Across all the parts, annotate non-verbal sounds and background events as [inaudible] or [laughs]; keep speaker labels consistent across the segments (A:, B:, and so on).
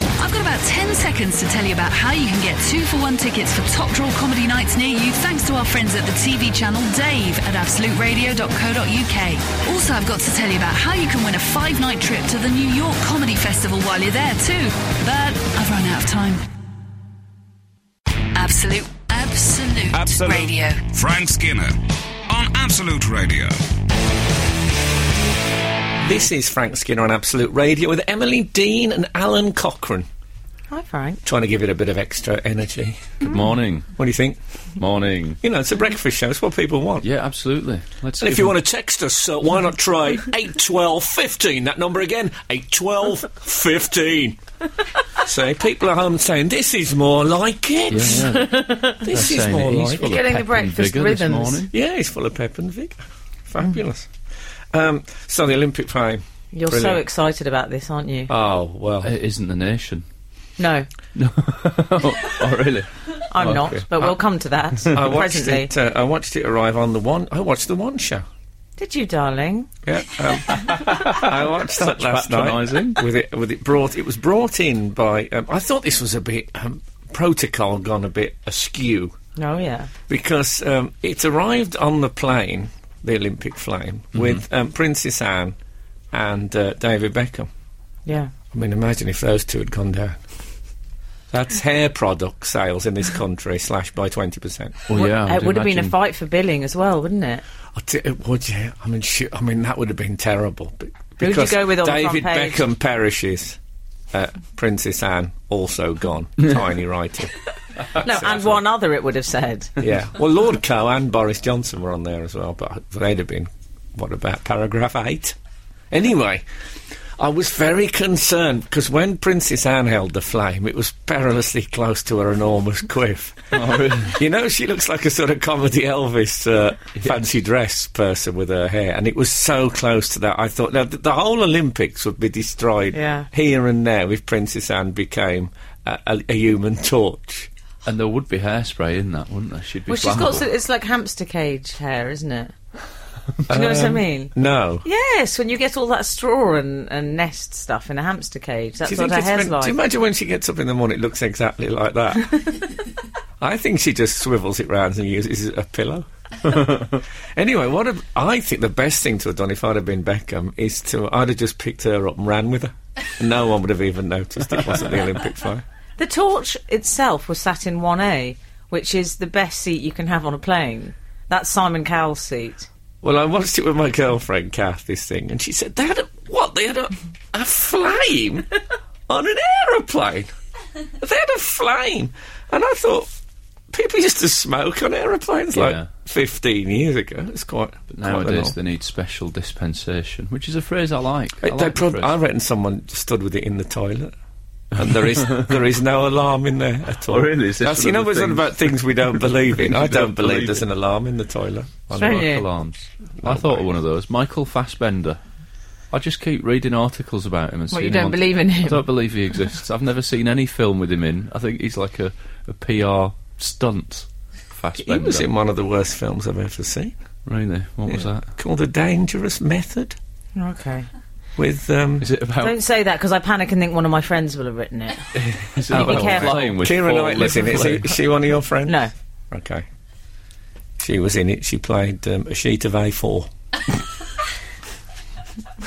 A: I've got about 10 seconds to tell you about how you can get two for one tickets for top draw comedy nights near you thanks to our friends at the TV channel Dave at absoluteradio.co.uk. Also, I've got to tell you about how you can win a five night trip to the New York Comedy Festival while you're there too. But I've run out of time. Absolute, absolute,
B: Absolute.
A: radio.
C: Frank Skinner on Absolute Radio.
D: This is Frank Skinner on Absolute Radio with Emily Dean and Alan Cochrane.
E: Hi, Frank.
D: Trying to give it a bit of extra energy.
B: Good morning.
D: What do you think?
B: Morning.
D: You know, it's a breakfast show. It's what people want.
B: Yeah, absolutely. Let's
D: And
B: give
D: if you
B: them-
D: want to text us, uh, why not [laughs] try 81215? That number again, 81215. Say, people at home saying, this is more like it.
B: [laughs] Yeah, yeah.
D: This is
B: Saying
D: more
B: it, he's
D: like
B: full
D: it.
B: of
E: Getting the
B: pep and
E: breakfast
B: vigour this
E: rhythms.
B: morning.
D: Yeah, he's full of pep and vigour. Fabulous. Um, so the Olympic frame.
E: You're so
D: Brilliant.
E: excited about this, aren't you?
D: Oh,
E: Uh,
D: well.
B: It isn't
E: [laughs]
B: the nation. [laughs]
E: no,
B: oh, oh, really?
E: I'm
B: Okay.
E: not, but we'll come to that
D: Uh, [laughs] I watched,
E: presently.
D: it, uh, I watched it arrive on the one. I watched the one show.
E: Did you, darling?
D: Yeah, um, I watched that last
B: patronising.
D: night. With it, with it brought, it was brought in by. Um, I thought this was a bit um, protocol gone a bit askew
E: Oh, yeah.
D: because um, it arrived on the plane, the Olympic flame, with um, Princess Anne and uh, David Beckham.
E: Yeah.
D: I mean, imagine if those two had gone down. That's hair product sales in this country slashed by twenty percent.
B: Well, yeah. I
E: it would have been a
B: imagine.
E: fight for billing as well,
D: [laughs]
E: wouldn't it?
D: I t- it would, yeah. I mean, shoo- I mean, that would have been terrible. But,
E: you
D: because
E: go with on the front
D: David
E: page?
D: Beckham perishes. Uh, Princess Anne also gone. Tiny writing.
E: No, and one other it would
D: [laughs]
E: have said.
D: Yeah. Well, Lord Coe and Boris Johnson were on there as well, but they'd have been. What about paragraph eight? Anyway, I was very concerned because when Princess Anne held the flame, it was perilously close to her enormous quiff.
B: Oh, really?
D: You know, she looks like a sort of comedy Elvis uh, fancy dress person with her hair, and it was so close to that. I thought now th- the whole Olympics would be destroyed
E: Yeah.
D: here and now if Princess Anne became a, a, a human torch.
B: And there would be hairspray in that, wouldn't there? She'd be
E: Well, she's got
B: flammable.
E: so, it's like hamster cage hair,
D: [laughs]
E: isn't it? Do you know what I
D: Um,
E: mean?
D: No.
E: Yes, when you get all that straw and, and nest stuff in a hamster cage, that's
D: Do you
E: what
D: think
E: her
D: it's
E: hair's
D: meant-
E: like.
D: Do you imagine when she gets up in the morning, it looks exactly like that?
E: [laughs]
D: I think she just swivels it round and uses it as a pillow. [laughs] anyway, what a, I think the best thing to have done if I'd have been Beckham is to I'd have just picked her up and ran with her. No one would have even noticed it wasn't the Olympic fire.
E: The torch itself was sat in 1A, which is the best seat you can have on a plane. That's Simon Cowell's seat.
D: Well, I watched it with my girlfriend Kath this thing, and she said they had a, what? They had a, a flame on an aeroplane. They had a flame, and I thought people used to smoke on aeroplanes
B: Yeah.
D: like fifteen years ago. It's quite
B: Nowadays,
D: Quite
B: they need special dispensation, which is a phease I like. I
D: they,
B: like
D: they
B: the
D: prob-
B: phrase.
D: I reckon someone stood with it in the toilet. And there
B: [laughs]
D: is there is no alarm in there at all.
B: Oh, really? Is this
D: That's,
B: one
D: you know,
B: of the
D: we're talking
B: things-
D: about things we don't believe
B: [laughs]
D: in. I
B: You
D: don't
B: don't
D: believe
B: believe
D: there's
B: it.
D: an alarm in the toilet.
B: I
E: Don't
B: like
E: you?
B: alarms. I thought of one of those. Michael Fassbender. I just keep reading articles about him and
E: Well,
B: seeing
E: you don't
B: him on-
E: believe in him.
B: I don't believe he exists. I've never seen any film with him in. I think he's like a, a PR stunt.
D: He
B: Fassbender.
D: was in one of the worst films I've ever seen.
B: Really? What was that?
D: Called The Dangerous Method
E: Okay.
D: with. Um,
B: Is it
E: [laughs]
B: about?
E: Don't say that because I panic and think one of my friends will have written it.
B: is it
D: Oh,
B: about
E: be careful.
B: flying with
D: Keira
B: four
D: Knightley's in it. Is, he-
B: legs?
D: is she one of your friends? [laughs]
E: No.
D: Okay. She was in it. She played um, a sheet of A4. [laughs]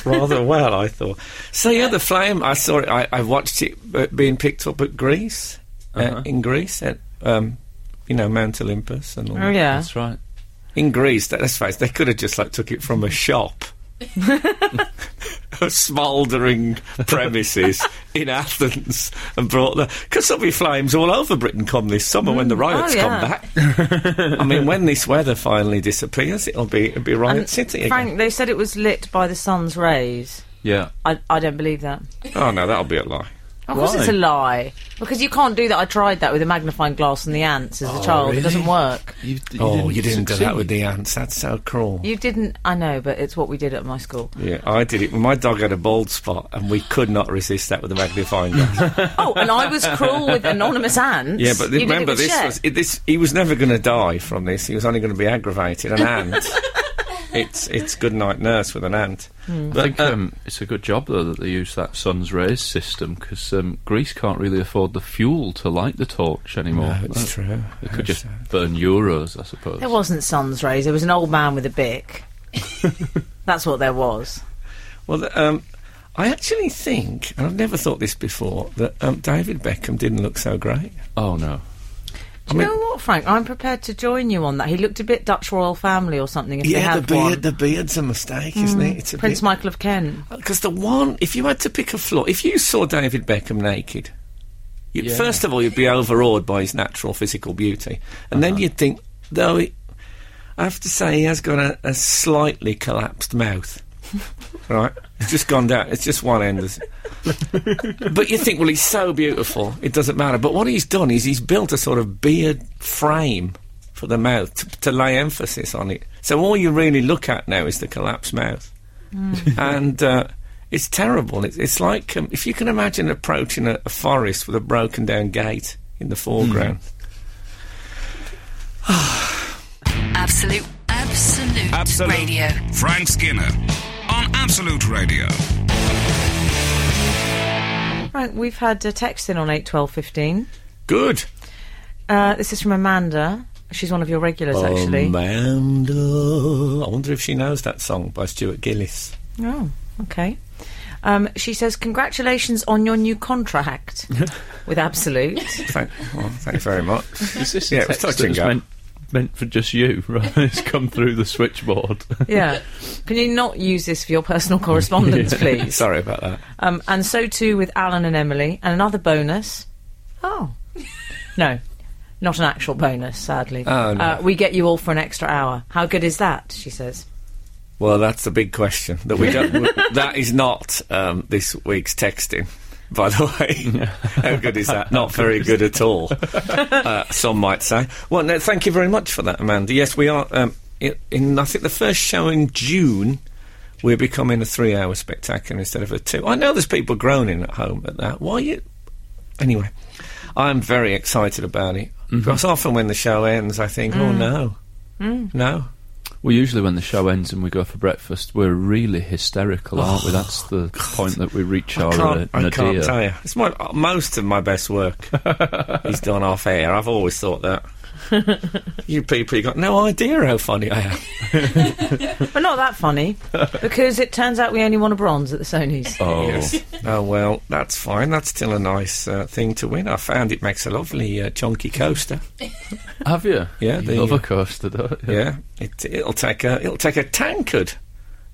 D: Rather well, I thought. So yeah, the flame. I saw it. I, I watched it uh, being picked up at Greece, uh,
B: Uh-huh.
D: in Greece at um, you know Mount Olympus and all.
E: Oh, yeah.
B: That's right.
D: In Greece, that, let's face, it, they could have just like took it from a shop. [laughs] of smouldering premises in Athens and brought the because there'll be flames all over Britain come this summer when the riots
E: Oh,
D: come
E: yeah.
D: back. I mean, when this weather finally disappears, it'll be it'll be riot
E: And
D: city
E: Frank, they said it was lit by the sun's rays.
B: Yeah.
E: I, I don't believe that.
D: again. Oh no, that'll be a lie.
E: Of course,
B: Why?
E: it's a lie. Because you can't do that. I tried that with a magnifying glass and the ants as a child. It doesn't work.
B: You, you
D: oh, you didn't do that
B: succeed.
D: with the ants. That's so cruel.
E: You didn't. I know, but it's what we did at my school.
D: yeah, I did it. My dog had a bald spot, and we could not resist that with a magnifying glass.
E: Oh, and I was cruel with anonymous ants.
D: Yeah, but
E: You did it
D: remember,
E: with
D: this
E: Cher. [laughs]
D: was it, this. He was never going to die from this. He was only going to be aggravated. An ant it's it's good night nurse with an ant.
B: I think um, it's a good job though that they use that sun's rays system because um, Greece can't really afford the fuel to light the torch anymore.
D: No, it's true.
B: They could
D: It's,
B: just
D: uh,
B: burn euros, I suppose.
E: There wasn't sun's rays. There was an old man with a bic.
D: [laughs]
E: That's what there was.
D: Well, th- um, I actually think, and I've never thought this before, that um, David Beckham didn't look so great.
B: Oh no.
E: Do you know what, Frank? I'm prepared to join you on that. He looked a bit Dutch royal family or something. If he
D: Yeah, the
E: had
D: beard,
E: one.
D: the beard's a mistake, isn't it? It's a
E: Prince Michael of Kent.
D: because the one, if you had to pick a flaw, if you saw David Beckham naked, you,
B: Yeah.
D: first of all, you'd be overawed by his natural physical beauty, and then you'd think, though, he, I have to say, he has got a, a slightly collapsed mouth. right, it's just gone down. It's just one end. is- but you think, well, he's so beautiful, it doesn't matter. But what he's done is he's built a sort of beard frame for the mouth to, to lay emphasis on it. So all you really look at now is the collapsed mouth, and uh, it's terrible. It's, it's like um, if you can imagine approaching a, a forest with a broken down gate in the foreground.
E: Hmm.
A: Absolute, absolute,
C: Absolute.
A: radio.
C: Frank Skinner on Absolute Radio.
E: Frank, we've had a text in on eight twelve fifteen.
D: Good.
E: Uh, this is from Amanda. She's one of your regulars, actually.
D: Amanda. I wonder if she knows that song by Stuart Gillis.
E: Oh, okay. Um, she says, "Congratulations on your new [laughs] contract with Absolute."
D: Thank, well, thank you very much.
B: Is this
D: Yeah,
B: a
D: it was
B: text
D: touch and
B: that's
D: go.
B: meant, meant for just you? [laughs] Right, it's come through the switchboard. [laughs]
E: yeah. Can you not use this for your personal [laughs] correspondence, [laughs] please?
D: Sorry about that.
E: Um, and so too with Alan and Emily. And another bonus. Oh. [laughs] no. Not an actual bonus, sadly.
D: Oh, no.
E: uh, we get you all for an extra hour. How good is that? She says.
D: Well, that's the big question that we don't. that is not um, this week's texting. By the way, how good is that? Not very good at all. Uh, some might say. Well, no, thank you very much for that, Amanda. Yes, we are. Um, i- in I think the first show in June, we're becoming a three-hour spectacular instead of a two. I know there's people groaning at home at that. Why you? Anyway, I'm very excited about it because often when the show ends, I think, oh no, no.
B: Well, usually when the show ends and we go for breakfast, we're really hysterical, aren't we? That's the point that we reach our uh,
D: can't, I can't
B: nadir.
D: tell you. It's my uh, most of my best work. He's done off air. I've always thought that. you people, you got no idea how funny I am.
E: But not
D: [laughs]
E: that funny, because it turns out we only won a bronze at the Sony's.
B: Oh,
D: oh well, that's fine. That's still a nice uh, thing to win. I found it makes a lovely uh, chunky coaster.
B: have you?
D: Yeah,
B: you
D: there
B: love
D: you
B: a
D: go.
B: coaster, don't you?
D: Yeah, it, it'll take a it'll take a tankard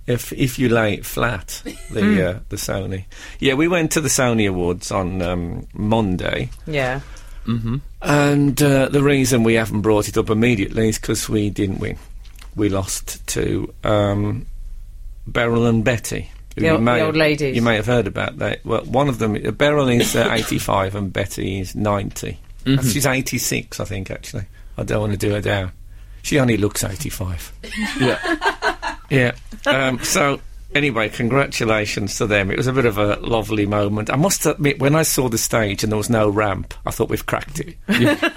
D: if if you lay it flat. The uh, the Sony. Yeah, we went to the Sony Awards on um, Monday.
E: Yeah.
D: And uh, the reason we haven't brought it up immediately is because we didn't win. We lost to um, Beryl and Betty. who
E: The
D: you
E: ol-
D: may
E: the
D: have-
E: old ladies.
D: You may have heard about that. Well, one of them, uh, Beryl is uh, 85 and Betty is 90. Uh, She's 86, I think, actually. I don't want to do her down. She only looks 85.
B: Yeah.
D: Yeah. Um, so anyway, congratulations to them. It was a bit of a lovely moment. I must admit, when I saw the stage and there was no ramp, I thought we've cracked it. [laughs]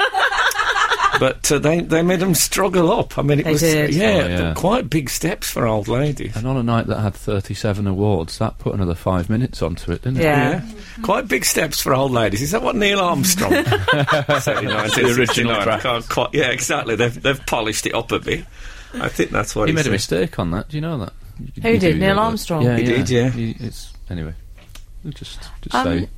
D: but uh, they they made them struggle up. I mean, it
E: They
D: was
E: did.
D: yeah,
B: Oh, yeah.
D: quite big steps for old ladies.
B: And on a night that had 37 awards, that put another five minutes onto it, didn't it?
E: Yeah.
D: Quite big steps for old ladies. Is that what Neil
E: [laughs]
D: Armstrong said in 1969? I
B: draft.
D: can't quite- yeah, exactly. They've, they've polished it up a bit. I think that's what
B: He
D: he,
B: made a
D: said.
B: mistake on that. Do you know that? You-
E: Who
B: you
E: did?
B: do
E: Neil
B: know that.
E: Armstrong?
B: Yeah,
D: He
B: yeah.
D: did, yeah.
B: He- it's anyway. Just, just
E: Um,
B: say.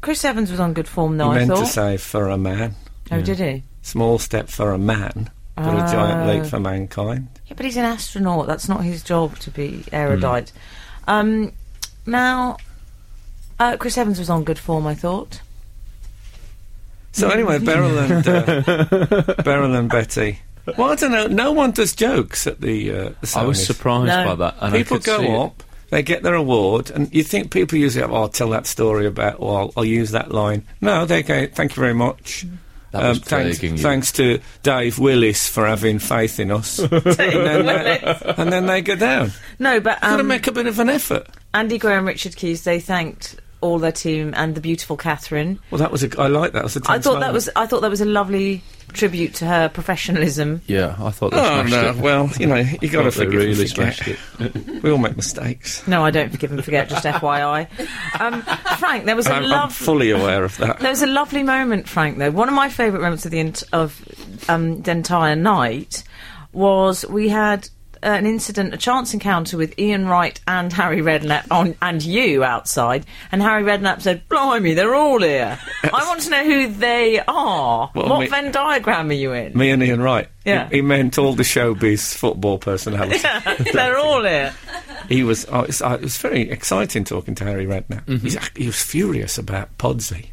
E: Chris Evans was on good form, though,
D: He
E: I
D: meant to
E: thought.
D: say for a man.
E: Oh, did he?
D: small step for a man, but a
E: Ah.
D: giant leap for mankind.
E: Yeah, but he's an astronaut. That's not his job to be erudite.
D: Hmm.
E: Um, now, uh, Chris Evans was on good form,
D: [laughs]
E: I thought.
D: So anyway, Beryl and uh,
E: [laughs]
D: Beryl and Betty. Well, I don't know. No one does jokes at the. Uh, the
B: I was
D: Sonys.
B: surprised
E: No.
B: by that. And
D: People
B: I could see it.
D: go up. They get their award, and you think people usually have, oh, I'll tell that story about, or I'll, I'll use that line. No, they go, thank you very much.
E: Mm.
D: Um,
B: That was
D: thanks,
B: plaguing you.
D: thanks to Dave Willis for having faith in
E: [laughs]
D: us. and, then they, and then they go down.
E: No, but
D: Got to
E: um,
D: make a bit of an effort.
E: Andy Gray and Richard Keys, they thanked all their team and the beautiful Catherine.
D: Well, that was a. I like that. That was a
E: I
D: tense
E: thought that
D: moment.
E: was I thought that was a lovely tribute to her professionalism.
B: Yeah, I thought they
D: Oh
B: smashed
D: no!
B: it.
D: Well, you know, you got to
B: Thought they
D: forgive and
B: really
D: forget. [laughs]
B: smashed it.
D: We all make mistakes.
E: No, I don't forgive and forget. just [laughs] FYI, um, Frank. There was a
D: I'm, I'm
E: lovely.
D: fully aware of that.
E: There was a lovely moment, Frank. Though one of my favourite moments of the ent- of um, the entire night was we had uh, an incident, a chance encounter with Ian Wright and Harry Redknapp on and you outside, and Harry Redknapp said, "Blimey, they're
D: [laughs]
E: all here. I want to know who they are.
D: Well,
E: what
D: me-
E: Venn diagram are
D: [laughs]
E: you in?
D: Me and Ian Wright.
E: Yeah.
D: He, he meant all the showbiz football personality.
E: they're all here."
D: He was. Oh, it's, uh, it was very exciting talking to Harry Redknapp.
B: Mm-hmm.
D: He's, he was furious about Podsey.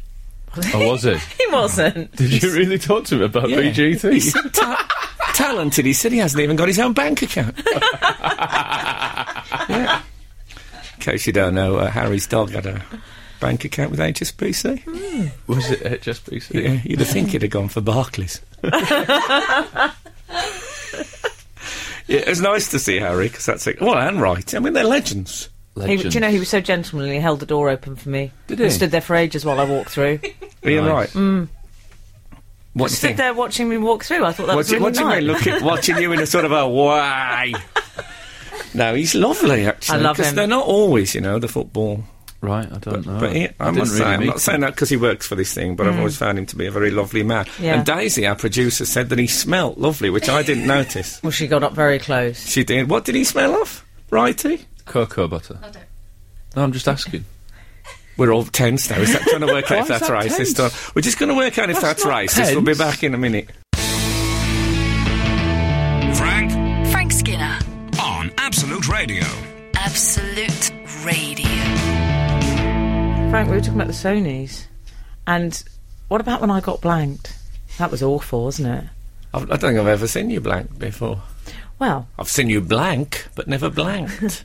B: Oh, was it?
E: [laughs] He wasn't.
B: Did you really talk to him about BG
D: He
B: things?
D: said, "Ta- [laughs] talented. He said he hasn't even got his own bank
B: [laughs]
D: account. yeah. In case you don't know, uh, Harry's dog had a bank account with HSBC.
B: Was it
D: [laughs]
B: HSBC?
D: Yeah, you'd have think it'd have gone for
E: [laughs]
D: Barclays. yeah, it was nice to see Harry because that's it. Well, and right. I mean, they're legends.
E: He,
B: Legends.
E: do you know he was so gentlemanly? He held the door open for me.
B: Did
E: I
B: he?
E: stood there for ages while I walked
D: [laughs]
E: through.
D: Ian
B: Nice.
D: Wright.
E: Mm.
D: What do you
E: stood
D: think?
E: there watching me walk through. I thought that
D: What
E: was
D: do you-
E: really
D: what do you
E: nice.
D: mean? Look at, watching you in a sort of a way. No, he's lovely actually.
E: I love
D: because
E: him.
D: they're not always, you know, the football.
B: Right, I don't know.
D: But he, I
B: didn't
D: must say, I'm
B: meet
D: not saying
B: him.
D: that because he works for this thing, but I've always found him to be a very lovely man.
E: Mm. Yeah.
D: And Daisy, our producer, said that he smelt lovely, which I didn't [laughs] notice.
E: Well, she got up very close.
D: She did. What did he smell of? Righty?
B: cocoa butter.
F: I don't.
B: No, I'm just asking.
D: We're all tense now. Is that trying to work out if
E: [laughs]
B: is
D: that's
B: that
D: racist?
B: tense?
D: Or, we're just going to work out if that's,
B: That's not
D: racist. We'll be
B: tense.
D: back in a minute.
C: Frank
A: Frank Skinner,
C: on Absolute Radio.
A: Absolute Radio.
E: Frank, we were talking about the Sonys, and what about when I got blanked? That was awful, wasn't it?
D: I've, I don't think I've ever seen you blank before.
E: Well,
D: I've seen you blank, but never
E: [laughs]
D: blanked.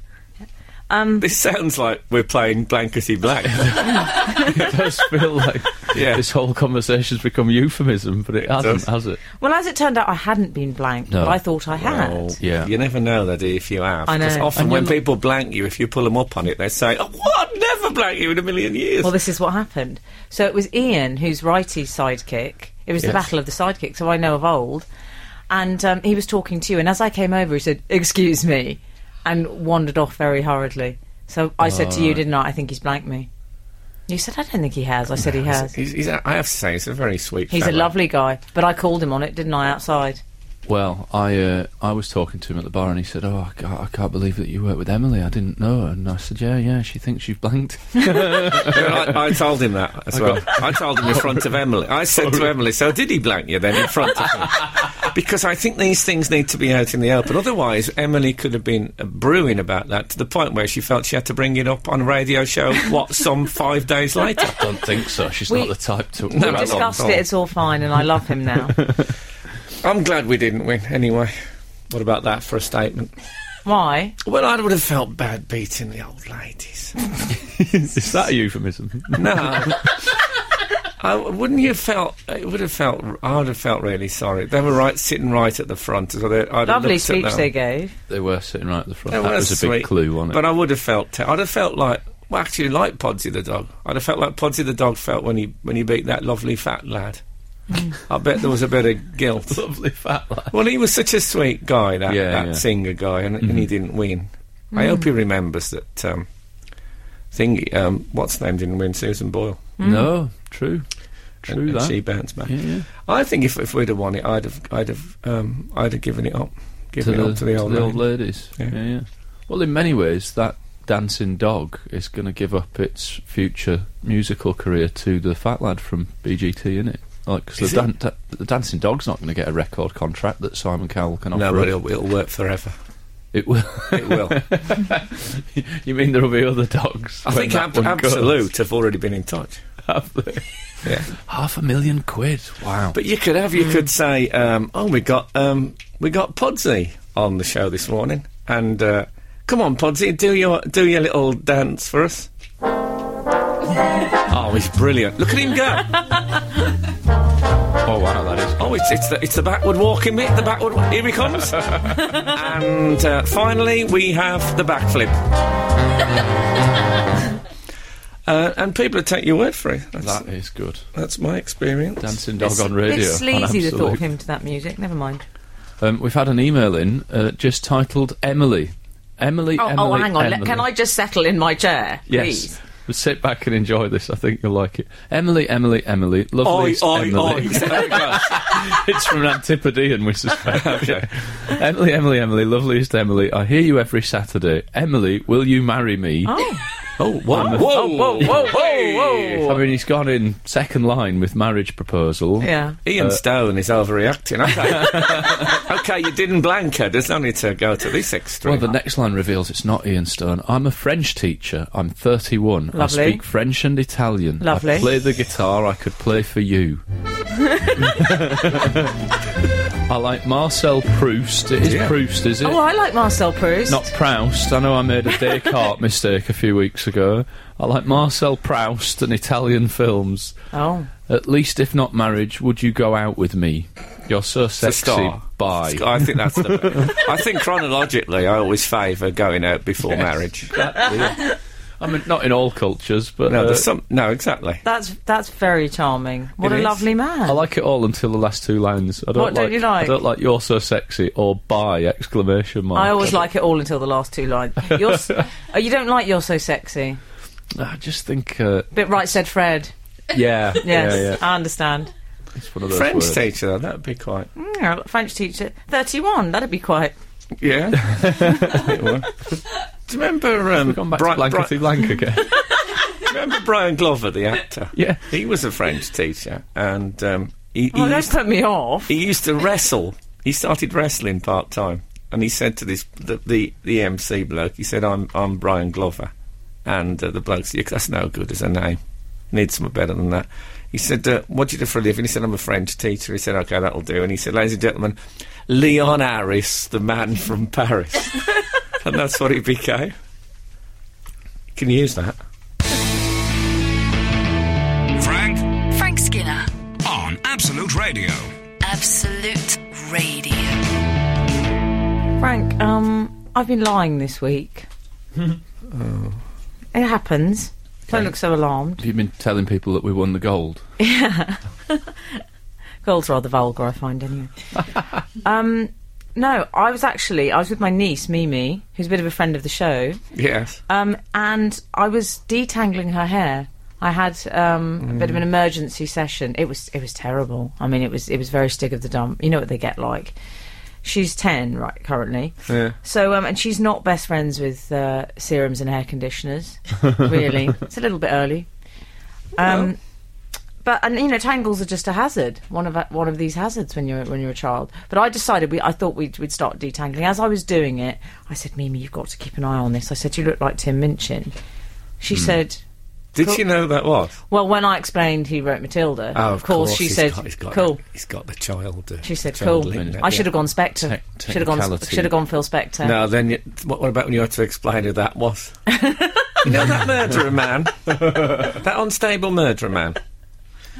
E: Um,
D: this sounds like we're playing blankety
E: [laughs]
D: blank.
B: [laughs] it does feel like
D: Yeah.
B: this whole conversation's become euphemism, but it hasn't,
D: does.
B: has it?
E: well, as it turned out, I hadn't been blanked.
B: No.
E: But I thought I had.
D: Well,
B: Yeah.
D: You never know that if you have.
E: I know.
D: 'cause often
B: And
D: when
B: you're not-
D: people blank you, if you pull them up on it, they say, "Oh, what? I'd Never blank you in a million years."
E: Well, this is what happened. So it was Ian, who's Righty's sidekick. It was the
B: Yes.
E: battle of the sidekicks, so I know of old. And um, he was talking to you, and as I came over, he said, "Excuse me," and wandered off very hurriedly. So I said to you, didn't I? I think he's blanked me. You said, "I don't think he has." I said, "He has."
D: He's, he's a, I have to say, he's a very sweet.
E: He's a
D: fella.
E: lovely guy, but I called him on it, didn't I? Outside.
B: Well, I uh, I was talking to him at the bar, and he said, "Oh, I can't, I can't believe that you work with Emily. I didn't know." her." And I said, "Yeah, yeah. She thinks you've blanked."
D: Yeah, I, I told him that as well. I told him in front of Emily. I said to Emily, "So did he blank you then in front of [laughs] him?" Because I think these things need to be out in the open. Otherwise, Emily could have been uh, brewing about that to the point where she felt she had to bring it up on a radio show. what? Some five days later.
B: [laughs] don't think so. She's
E: We-
B: not the type [laughs] to.
D: No,
E: We
D: Well,
E: discussed
D: well.
E: it. It's all fine, and I love him
B: [laughs]
E: now.
D: I'm glad we didn't win anyway. What about that for a statement?
E: Why?
D: Well, I would have felt bad beating the old ladies.
B: Is that a euphemism?
D: No. I, wouldn't you have felt? It would have felt. I would have felt really sorry. They were right, sitting right at the front. So they, I'd have
E: Lovely
D: looked at
E: speech
D: them.
E: they gave.
B: [laughs] they were sitting right at the front.
D: They
B: that
D: were
B: was a
D: sweet,
B: big clue, wasn't it?
D: But I would have felt. Te- I'd have felt like. Well, actually, like Podsy the dog. I'd have felt like Podsy the dog felt when he when he beat that lovely fat lad. I bet there was a bit of guilt.
B: [laughs] Lovely fat lad.
D: Well, he was such a sweet guy, that, that
B: Yeah, yeah. Mm-hmm.
D: singer guy, and, and he didn't win. I hope he remembers that um, thing. Um, what's name didn't win? Susan Boyle.
B: No, true,
D: And-
B: true
D: and,
B: that.
D: she bounced back.
B: Yeah, yeah.
D: I think if, if we'd have won it, I'd have, I'd have, um, I'd have given it up,
B: to
D: given it
B: the,
D: up to the old, lady.
B: ladies.
D: Yeah.
B: Yeah. yeah, Well, in many ways, that dancing dog is going to give up its future musical career to the fat lad from BGT, innit? Like, because
D: Is
B: the, dan- da- the dancing dog's not going to get a record contract that Simon Cowell can offer.
D: No, but
B: us.
D: it'll, it'll work forever.
B: It will. [laughs]
D: It will.
B: you mean there'll be other dogs?
D: I
B: when
D: think
B: that
D: Ab-
B: one goes?
D: Absolute have already been in touch.
B: [laughs] Have they?
D: Yeah.
B: Half a million quid. Wow.
D: But you could have,
B: Hmm.
D: you could say, um, oh, we got um, we got Podsy on the show this morning, and uh, come on, Podsy, do your do your little dance for
B: [laughs]
D: us. oh, he's brilliant! Look at him
B: [laughs]
D: go!
B: oh wow, that is.
D: Oh, it's it's the, it's the backward walking bit. The backward wa- here he
B: [laughs]
D: comes, and
B: [laughs]
D: uh, finally we have the backflip. Uh, and people would take your word for it. That's,
B: That is good.
D: that's my experience.
B: Dancing dog
E: It's
B: on radio.
E: A bit sleazy,
B: on
E: the thought of
B: Absolute.
E: him to that music. Never mind.
B: Um, we've had an email in uh, just titled Emily. Emily.
E: Oh,
B: Emily,
E: oh hang on. Let-
B: Emily.
E: Can I just settle in my chair, please?
B: Yes. Well, Sit back and enjoy this. I think you'll like it. Emily, Emily, Emily.
D: Oi,
B: Lovely
D: oi,
B: Emily.
D: oi. There it [laughs] goes.
B: [laughs] it's from an Antipodean, we suspect.
E: [laughs]
D: Okay.
B: Emily, Emily, Emily, loveliest Emily. I hear you every Saturday. Emily, will you marry me?
E: Oh,
B: Oh, what?
D: Whoa, whoa, whoa, whoa,
B: I mean, he's gone in second line with marriage proposal.
E: yeah.
B: Uh,
D: Ian Stone is overreacting. Okay. okay, [laughs] you didn't blank her. There's no need to go to this extreme.
B: Well, the next line reveals it's not Ian Stone. I'm a French teacher. I'm 31.
E: Lovely.
B: I speak French and Italian.
E: Lovely.
B: I play the guitar. I could play
D: [laughs]
B: for you. I like Marcel Proust. It is
D: Yeah.
B: Proust, is it?
E: Oh, I like Marcel Proust.
B: Not Proust. I know I made a Descartes mistake a few weeks ago. I like Marcel Proust and Italian films.
E: oh,
B: At least, if not marriage, would you go out with me? You're so
D: It's a
B: sexy.
D: star.
B: Bye.
D: I think that's the. I think chronologically, I always favour going out before marriage.
B: I mean, not in all cultures, but
D: No,
B: uh,
D: there's some. No, exactly.
E: that's that's very charming. What
D: It
E: a
D: is.
E: lovely man.
B: I like it all until the last two lines. I don't
E: What don't you like?
B: I don't like you're so sexy or bye exclamation mark.
E: I always like it all until the last two lines. You're
B: [laughs]
E: s- oh, you don't like you're so sexy.
B: I just think, uh,
E: Bit right said Fred.
B: yeah,
E: Yes,
B: yeah, yeah.
E: I understand.
B: It's one of those
D: French
B: words.
D: teacher, though, that'd be quite.
E: Yeah, French teacher, thirty-one. That'd be quite.
B: [laughs]
D: Yeah. It would. Do you remember? Um,
B: Gone back
D: Bri-
B: to
D: Bri-
B: blankety blank [laughs] again.
D: remember Brian Glover, the actor?
B: Yeah.
D: He was a French teacher, and um, he, he
E: Oh, don't
D: used
E: put me off.
D: he used to wrestle. He started wrestling part time, and he said to this the, the the MC bloke, he said, "I'm I'm Brian Glover," and uh, the bloke said, "Yeah, "That's no good as a name. Need something better than that." He said, uh, "What do you do for a living?" He said, "I'm a French teacher." He said, "Okay, that'll do." And he said, "Ladies and gentlemen, Leon Harris, the man from Paris," [laughs] and that's what he became. Can you use that?
C: Frank
A: Frank Skinner,
C: on Absolute Radio.
A: Absolute Radio.
E: Frank, um, I've been lying this [laughs] week. Oh. It happens. Don't look so alarmed.
B: You've been telling people that we won the gold.
E: Girls are rather vulgar, I find, [laughs] anyway. um, no, I was actually I was with my niece Mimi, who's a bit of a friend of the show,
D: Yes.
E: um, and I was detangling her hair. I had um, a bit of an emergency session. It was it was terrible. I mean, it was it was very stick of the dump. You know what they get like. She's ten, right? Currently,
D: Yeah.
E: So, um, and she's not best friends with uh, serums and hair conditioners. Really, it's a little bit early. Um, But and you know, tangles are just a hazard. One of one of these hazards when you're when you're a child. But I decided we. I thought we'd we'd start detangling. As I was doing it, I said, "Mimi, you've got to keep an eye on this." I said, "You look like Tim Minchin." She
D: Hmm.
E: said,
D: Did you know that was?
E: "Well, when I explained he wrote Matilda, of course, she
D: Oh, he's
E: said,
D: got- he's got-
E: cool."
D: He's got the child. uh,
E: She said,
D: child
E: "Cool."
D: link there.
E: I should have gone Spectre.
B: Tec-
E: Should have gone.
B: technicality.
E: Should have gone Phil Spectre.
D: No, then you, what, what about when you had to explain who that
E: [laughs]
D: was? you know that murderer man, [laughs] that unstable murderer man.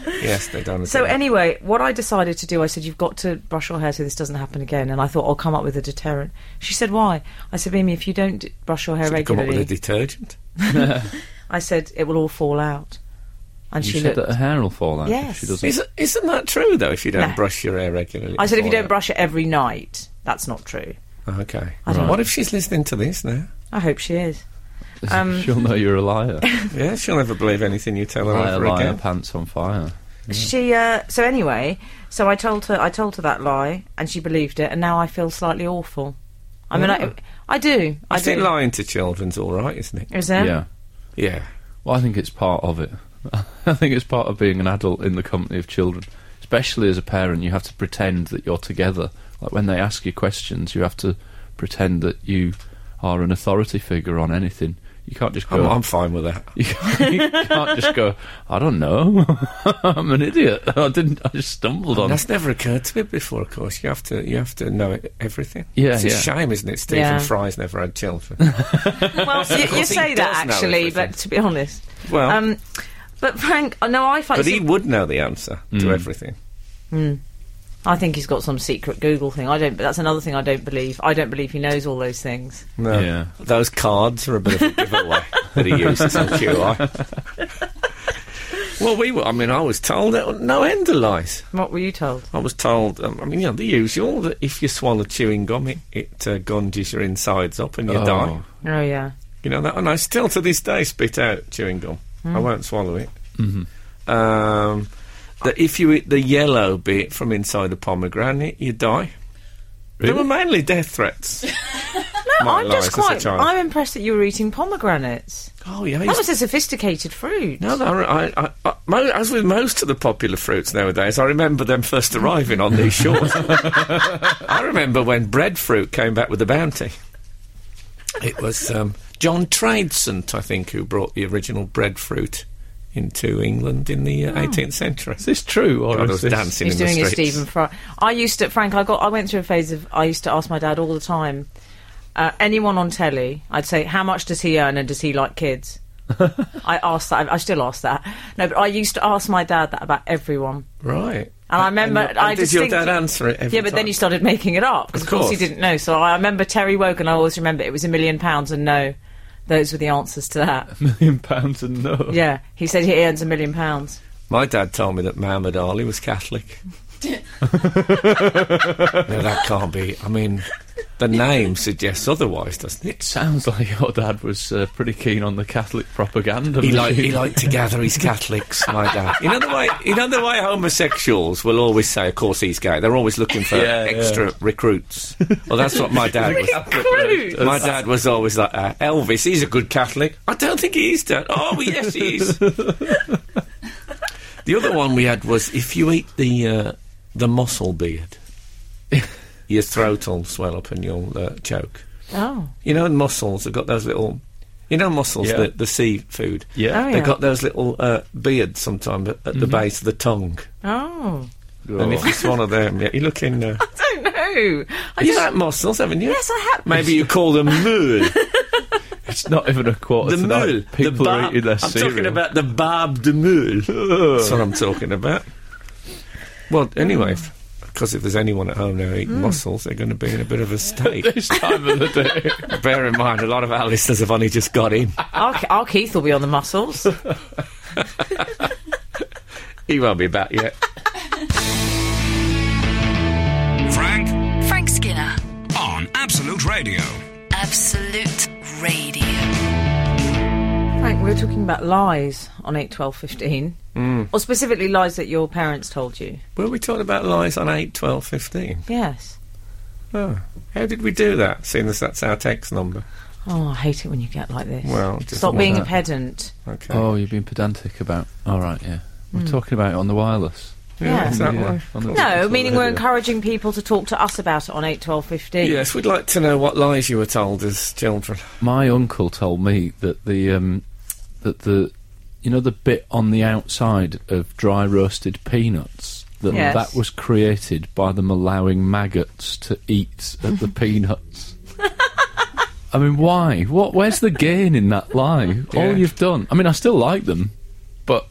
D: Yes, they don't.
E: So
D: do that.
E: anyway, what I decided to do, I said, "You've got to brush your hair so this doesn't happen again." And I thought, "I'll come up with a deterrent." She said, "Why?" I said, "Mimi, if you don't d- brush your hair
D: Should we come up
E: regularly,"
D: with a detergent.
E: I said, "It will all fall out." And
B: You
E: she
B: said
E: looked.
B: that her hair will fall out. if
E: Yes.
B: She doesn't.
D: Is, isn't that true though? If you don't
E: No.
D: brush your hair regularly,
E: I said, "If you don't
D: before
E: brush it every night, that's not true."
D: it- okay.
E: don't-
D: What if she's listening to this now?
E: I hope she is. um,
B: [laughs] She'll know you're a liar.
D: Yeah, she'll never believe anything you tell her
B: liar,
D: ever
B: liar,
D: again.
B: pants on fire.
E: She. Uh, so anyway, so I told her, I told her that lie, and she believed it, and now I feel slightly awful. I mean, I, I do. I,
D: I think
E: do.
D: lying to children's all right, isn't it?
E: Is there?
B: Yeah.
D: Yeah.
B: Well, I think it's part of it. [laughs] I think it's part of being an adult in the company of children. Especially as a parent, you have to pretend that you're together. Like when they ask you questions, you have to pretend that you are an authority figure on anything. You can't just
D: I'm,
B: go.
D: I'm fine with that.
B: you can't [laughs] you can't just go. I don't know. [laughs] I'm an idiot. [laughs] I didn't. I just stumbled on.
D: That's never occurred to me before. Of course, you have to you have to know it, everything.
B: Yeah,
D: it's a
B: yeah.
D: shame, isn't it? Stephen
E: Yeah.
D: Fry's never had children. [laughs]
E: Well, you, you
D: course he
E: say that
D: does know
E: actually,
D: everything.
E: but to be honest,
D: Well-
E: um, but Frank, oh, no, I find
D: But he would know the answer
B: Mm.
D: to everything.
E: I think he's got some secret Google thing. I don't. But that's another thing I don't believe. I don't believe he knows all those things.
D: No.
B: Yeah. [laughs]
D: Those cards are a bit of a giveaway. that he used as a QI. well, we were. I mean, I was told there were no end of lies.
E: What were you told?
D: I was told. Um, I mean, you know, the usual that if you swallow chewing gum, it, it uh, gunges your insides up and you
B: Oh.
D: die.
E: Oh yeah.
D: You know that, and I still to this day spit out chewing gum.
E: Hmm.
D: I won't swallow it. Mm-hmm. Um, that if you eat the yellow bit from inside a pomegranate, you die. They were
B: Really?
D: mainly death threats.
E: [laughs] No,
D: My
E: I'm
D: lies
E: just
D: as a
E: quite.
D: child.
E: I'm impressed that you were eating pomegranates.
D: oh yeah, I
E: That
D: used
E: was a sophisticated fruit.
D: No, no, I, I, I, mo as with most of the popular fruits nowadays, I remember them first arriving on these
B: [laughs]
D: shores. I remember when breadfruit came back with the bounty. It was um, John Tradescent, I think, who brought the original breadfruit into England in the uh, 18th century.
B: Oh. Is this true or
D: I
B: is
D: was
B: this
D: dancing
E: He's
D: in the
E: doing his
D: streets.
E: Stephen Fry. I used to, Frank. I got. I went through a phase of. I used to ask my dad all the time. Uh, anyone on telly, I'd say, "How much does he earn, and does he
D: [laughs]
E: like kids?" I asked that. I, I still ask that. No, but I used to ask my dad that about everyone.
D: Right.
E: And I remember,
D: and
E: I
D: did
E: just
D: your
E: think,
D: dad answer it every
E: Yeah, but then
D: time?
E: you started making it up because
D: Of
E: of course. you
D: course.
E: didn't know. So I remember Terry Wogan. I always remember it was a million pounds, and no, those were the answers to that.
B: million pounds and no?
E: yeah, he said he earns a million pounds.
D: My dad told me that Muhammad Ali was Catholic. no, that can't be. I mean, the name suggests otherwise, doesn't it?
B: Sounds like your dad was uh, pretty keen on the Catholic propaganda.
D: He liked, he
B: machine.
D: liked to gather his Catholics, my dad. You know the way, you know the way homosexuals will always say, "Of course he's gay." They're always looking for
B: Yeah, yeah.
D: extra recruits. Well, that's what my
B: [laughs]
D: dad was.
E: Crude.
D: My dad was always like, uh, "Elvis, he's a good Catholic." I don't think he is, Dad. Oh, yes, he
E: [laughs]
D: is. the other one we had was if you eat the uh, the mussel
E: [laughs]
D: beard, your throat will swell up and you'll uh, choke.
E: Oh,
D: You know, in mussels have got those little. You know, mussels,
B: Yeah.
D: the, the seafood.
B: Yeah.
E: Oh,
D: They've
E: yeah. Mm-hmm.
D: got those little uh, beards sometimes at, at the base of the tongue.
E: oh,
D: And if you swallow them, yeah, you're looking. Uh,
E: I don't know. [laughs] I
D: you
E: just,
D: like mussels, haven't you?
E: yes, I have.
D: Maybe you call them [laughs] mool.
B: It's not even a quarter
D: the
B: to nine.
D: mool.
B: People
D: the barb.
B: are eating their
D: I'm
B: cereal.
D: talking about the barb de
B: [laughs]
D: mool. That's what I'm talking about. Well, anyway, because if there's anyone at home now eating mussels, they're going to be in a bit of a state.
B: [laughs] this time of the day.
D: Bear in mind, a lot of our listeners have only just got in.
E: Our, Ke- our Keith will be on the muscles.
D: He won't be back yet.
C: Frank
A: Frank Skinner,
C: on Absolute Radio.
A: Absolute Radio.
E: Frank, we were talking about lies on eight, twelve, fifteen, or specifically lies that your parents told you.
D: Were we talking about lies on 8, 12, 15?
E: Yes.
D: Oh, how did we do that, seeing as that's our text number?
E: Oh, I hate it when you get like this.
D: Well, just
E: Stop
D: like
E: being a
B: that.
E: pedant.
D: Okay.
B: Oh, you've been pedantic about. All right, yeah. We're talking about it on the wireless.
E: yeah.
D: Is that
B: Yeah,
D: why?
B: on the- on
E: No,
B: the
E: meaning we're
B: radio.
E: encouraging people to talk to us about it on eight, twelve, fifteen.
D: Yes, we'd like to know what lies you were told as children.
B: My uncle told me that the um, that the you know the bit on the outside of dry roasted peanuts that
E: Yes.
B: that was created by them allowing maggots to eat at the peanuts. I mean, why? What? Where's the gain in that lie?
D: Yeah.
B: All you've done. I mean, I still like them, but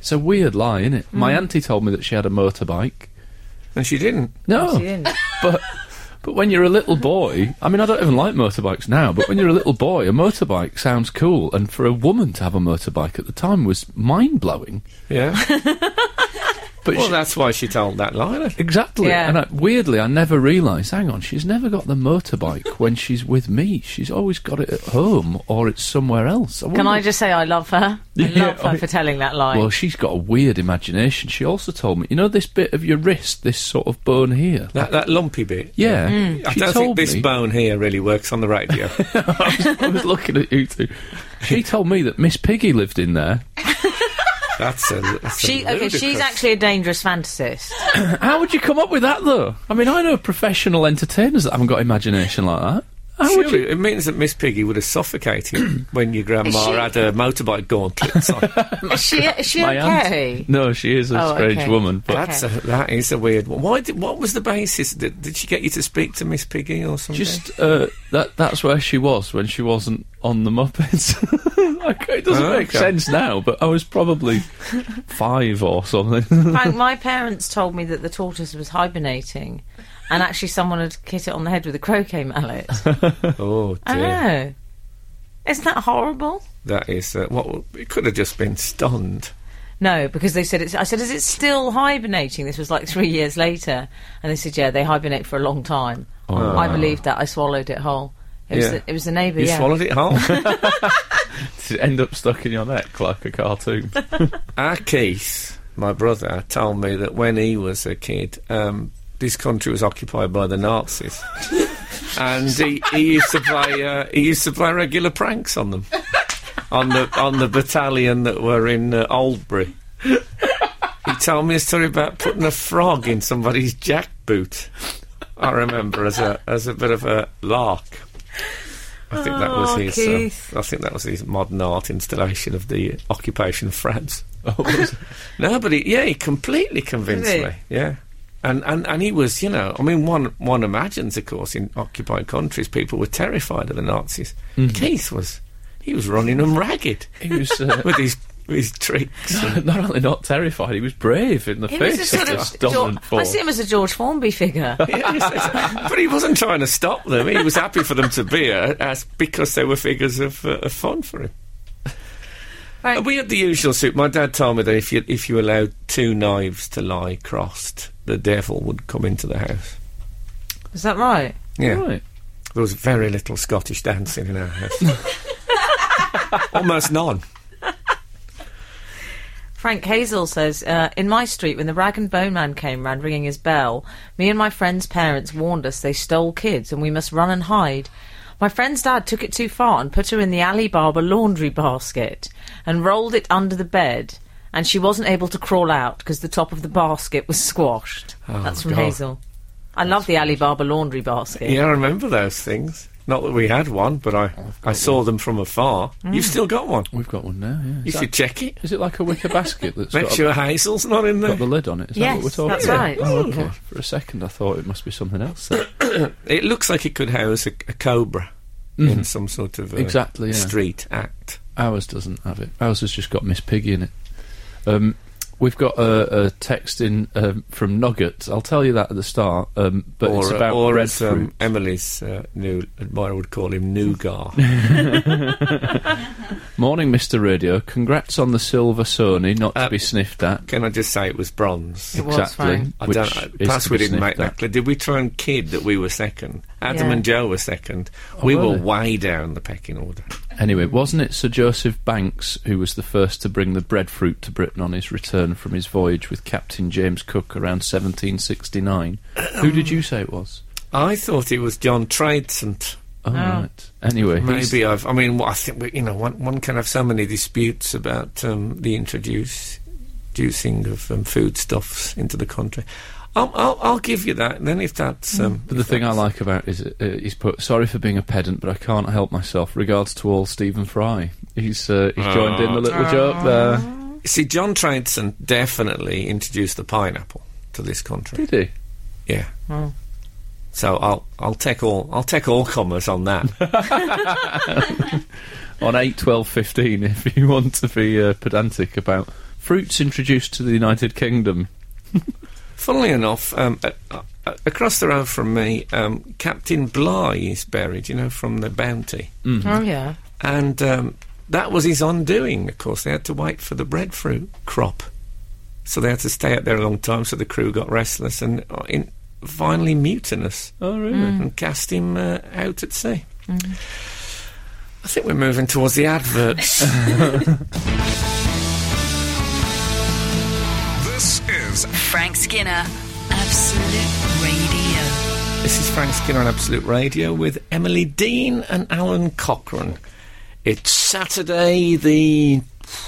B: it's a weird lie, isn't it? My auntie told me that she had a motorbike.
D: And she didn't.
B: No,
E: She didn't.
B: but but when you're a little boy, I mean, I don't even like motorbikes now. But when you're a little boy, a motorbike sounds cool, and for a woman to have a motorbike at the time was mind blowing.
D: Yeah.
B: But
D: well,
B: she-
D: that's why she told that lie. I think.
B: exactly,
E: Yeah.
B: and I, weirdly, I never realised. Hang on, she's never got the motorbike when she's with me. She's always got it at home or it's somewhere else.
E: Can
B: wonder-
E: I just say I love her? I
B: Yeah,
E: love her
B: I-
E: for telling that lie.
B: Well, she's got a weird imagination. She also told me, you know, this bit of your wrist, this sort of bone here.
D: That, that lumpy bit.
B: yeah,
E: Mm.
D: I
B: she
D: don't think
B: told
D: this
B: me.
D: bone here really works on the radio.
B: [laughs] I was looking at you
D: [laughs]
B: two. She told me that Miss Piggy lived in there.
D: that's a. That's a
E: she okay, she's
D: ludicrous-
E: actually a dangerous fantasist.
B: How would you come up with that, though? I mean, I know professional entertainers that haven't got imagination like that. How would
D: Surely,
B: you?
D: it means that Miss Piggy would have
B: [clears throat]
D: suffocated when your grandma
E: she-
D: had her motorbike
B: [laughs]
D: gauntlets on.
E: is she is she
B: My aunt-
E: okay?
B: No, she is a
E: Oh,
B: strange
E: okay.
B: woman, but
D: That's a, that is a weird one. Why? Did, what was the basis? Did, did she get you to speak to Miss Piggy or something?
B: just uh, that that's where she was when she wasn't on the Muppets. [laughs] Like, it doesn't
D: Oh,
B: make
D: okay.
B: sense now, but I
E: [laughs]
B: was probably five or something. [laughs]
E: Frank, my parents told me that the tortoise was hibernating,
D: [laughs]
E: and
B: Ah.
E: actually someone had hit it on the head with a croquet mallet.
D: oh dear.
E: I know. Isn't that horrible?
D: That is uh, what it could have just been stunned.
E: No, because they said it's. I said, is it still hibernating? This was like three years later, and they said, yeah, they hibernate for a long time. I believed that. I swallowed it whole. It was.
D: Oh. Yeah.
E: The, it was the neighbour.
D: You
E: yeah.
D: swallowed it whole.
B: Did it end up stuck in your neck like
E: [laughs]
B: a cartoon? [laughs]
D: Our Keith, my brother, told me that when he was a kid, um, this country was occupied by the
E: [laughs]
D: Nazis, and he, he used to play uh, he used to play regular pranks on them, on the on the battalion that were in uh, Oldbury. He told me a story about putting a frog in somebody's jackboot. I remember as a as a bit of a lark. I think that
E: Oh,
D: was his.
E: Keith.
D: Uh, I think that was his modern art installation of the occupation of France.
B: Oh, was it?
D: No, but he, yeah, he completely convinced
E: Did he?
D: me. Yeah. And, and and he was, you know, I mean, one one imagines, of course, in occupied countries, people were terrified of the Nazis. Keith was, he was running them ragged
B: he was
E: [laughs]
B: uh,
D: with his with his tricks. and-
B: [laughs] not only not terrified, he was brave in the
E: He was
B: face
E: a sort
B: [laughs] of
E: of.
B: this
E: Geor-
B: dominant
E: I
B: force.
E: see him as a George Formby
D: [laughs]
E: figure.
D: Yes, yes. but he wasn't trying to stop them. He was happy for them to be here as because they were figures of, uh, of fun for him.
E: Right.
D: Uh, We had the usual soup. My dad told me that if you if you allowed two knives to lie crossed, the devil would come into the house.
E: Is that right?
D: Yeah.
B: Right.
D: There was very little Scottish dancing in our
B: [laughs]
D: house. Almost none.
E: Frank Hazel says, uh, in my street, when the rag and bone man came round ringing his bell, me and my friend's parents warned us they stole kids and we must run and hide. My friend's dad took it too far and put her in the alley barber laundry basket and rolled it under the bed, and she wasn't able to crawl out because the top of the basket was squashed. That's from
D: Oh, God.
E: Hazel. I love the alley barber laundry basket.
D: Yeah, I remember those things. Not that we had one, but I, I saw them from afar. You've still got one.
B: We've got one now. Yeah.
D: You
B: Is,
D: should
B: Mm. that,
D: check it.
B: is it like a wicker basket that's
D: Make
B: got,
D: sure Hazel's not in
B: a,
D: there.
B: got the lid on it? Is that what we're
E: Yes,
B: talking
E: that's
B: about?
E: right.
B: Oh, okay. For a second, I thought it must be something else. then.
D: It looks like it could house a, a cobra in some sort of uh,
B: Mm-hmm. Exactly, yeah.
D: street act.
B: Ours doesn't have it. Ours has just got Miss Piggy in it. Um, we've got a, a text in um, from Nugget. I'll tell you that at the start. Um, but it's
D: uh,
B: about
D: or as
B: breadfruit.
D: um, Emily's uh, new admirer would call him, Nougar.
B: [laughs] Morning, Mr. Radio. Congrats on the silver Sony, not
D: Uh,
B: to be sniffed at.
D: Can I just say it was bronze?
E: It was
B: Exactly.
E: fine.
D: I
B: which
D: don't. I-
B: is
D: Plus,
B: to
D: we
B: be
D: didn't make
B: sniffed
D: that
B: at.
D: clear. Did we try and kid that we were second? Adam
E: Yeah.
D: and Joe were second. we
B: Oh, were
D: were
B: they?
D: way down the pecking order.
B: Anyway, wasn't it Sir Joseph Banks who was the first to bring the breadfruit to Britain on his return from his voyage with Captain James Cook around
D: [clears throat]
B: 1769? Who did you say it was?
D: I thought it was John Tradescent.
B: Oh, right. Anyway, he's-
D: Maybe I've. I mean, well, I think we, you know, one, one can have so many disputes about um, the introduce, introducing of um, foodstuffs into the country. I'll, I'll, I'll give you that. And then if that's um,
B: But Mm. the
D: if
B: thing I
D: that's-
B: like about is uh, he's put sorry for being a pedant, but I can't help myself. Regards to all Stephen Fry. He's uh, he's joined in the little joke there.
D: see, John Tradescent definitely introduced the pineapple to this country.
B: Did he?
D: Yeah.
B: Oh.
D: So I'll I'll take all I'll take all comers on that.
B: [laughs] on 8, 12, 15 [laughs] if you want to be uh, pedantic about fruits introduced to the United Kingdom.
D: Funnily enough, um, a- a- across the road from me, um, Captain Bligh is buried. You know, from the Bounty,
E: Oh, yeah.
D: and um, that was his undoing. Of course, they had to wait for the breadfruit crop, so they had to stay out there a long time. So the crew got restless and uh, in, finally mutinous
B: Oh, really? Hmm.
D: and cast him uh, out at sea. I think we're moving towards the adverts.
C: This is
A: Frank Skinner, Absolute Radio.
D: This is Frank Skinner on Absolute Radio with Emily Dean and Alan Cochrane. It's Saturday, the.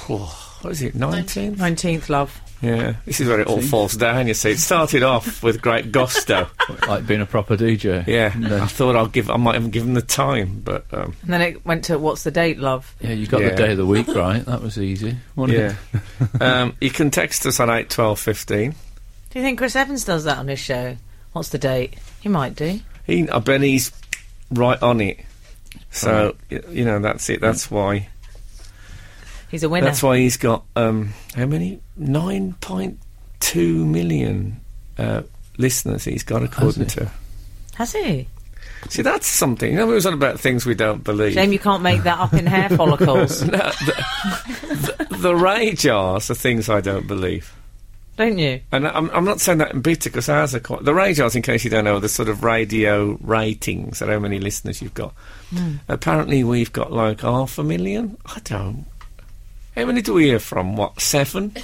D: [sighs] What is it, 19th?
E: 19th, love.
D: Yeah, this is where it all falls down, you see. It started off with great gusto.
B: Like being a proper DJ.
D: Yeah,
B: And then-
D: I thought I'll give, I might even give them the time, but. Um, [laughs]
E: And then it went to, what's the date, love?
B: yeah, you got
D: Yeah.
B: the day of the week right. That was easy. wasn't it?
D: um, you can text us on 8 12 15.
E: Do you think Chris Evans does that on his show? What's the date? He might do.
D: He, I bet he's right on it. So, y you know, that's it. That's why.
E: He's a winner.
D: That's why he's got um, how many? Nine point two million uh, listeners. He's got according
B: Has
D: to.
E: Has he?
D: See, that's something. You know, it was on about things we don't believe.
E: Shame you can't make that up in [laughs] hair follicles,
D: No, the, the, the ray jars are things I don't believe.
E: don't you?
D: And I'm, I'm not saying that in bitter because ours are quite. The ray jars, in case you don't know, are the sort of radio ratings that how many listeners you've got. Apparently, we've got like half a million. I don't. How many do we hear from? What, seven?